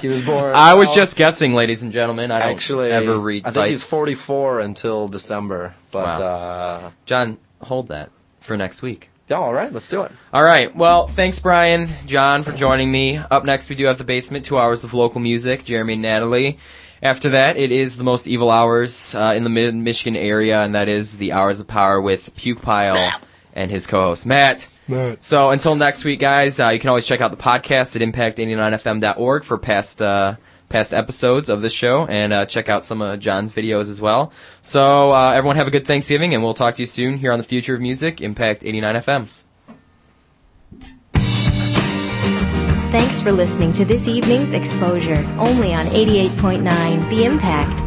C: He was born.
D: I was
C: well,
D: just guessing, ladies and gentlemen. I don't
C: actually
D: ever read
C: I
D: sites.
C: think he's 44 until December. But
D: Wow.
C: uh,
D: John, hold that for next week.
C: yeah, all right, let's do it.
D: All right. Well, thanks, Brian, John, for joining me. Up next, we do have the basement, two hours of local music, Jeremy and Natalie. After that, it is the most evil hours uh, in the mid Michigan area, and that is the Hours of Power with Puke Pile and his co host, Matt. So until next week, guys, uh, you can always check out the podcast at impact89fm.org for past uh, past episodes of this show, and uh, check out some of John's videos as well. So uh, everyone have a good Thanksgiving, and we'll talk to you soon here on the Future of Music, Impact 89 FM.
I: Thanks for listening to this evening's exposure, only on 88.9 The Impact.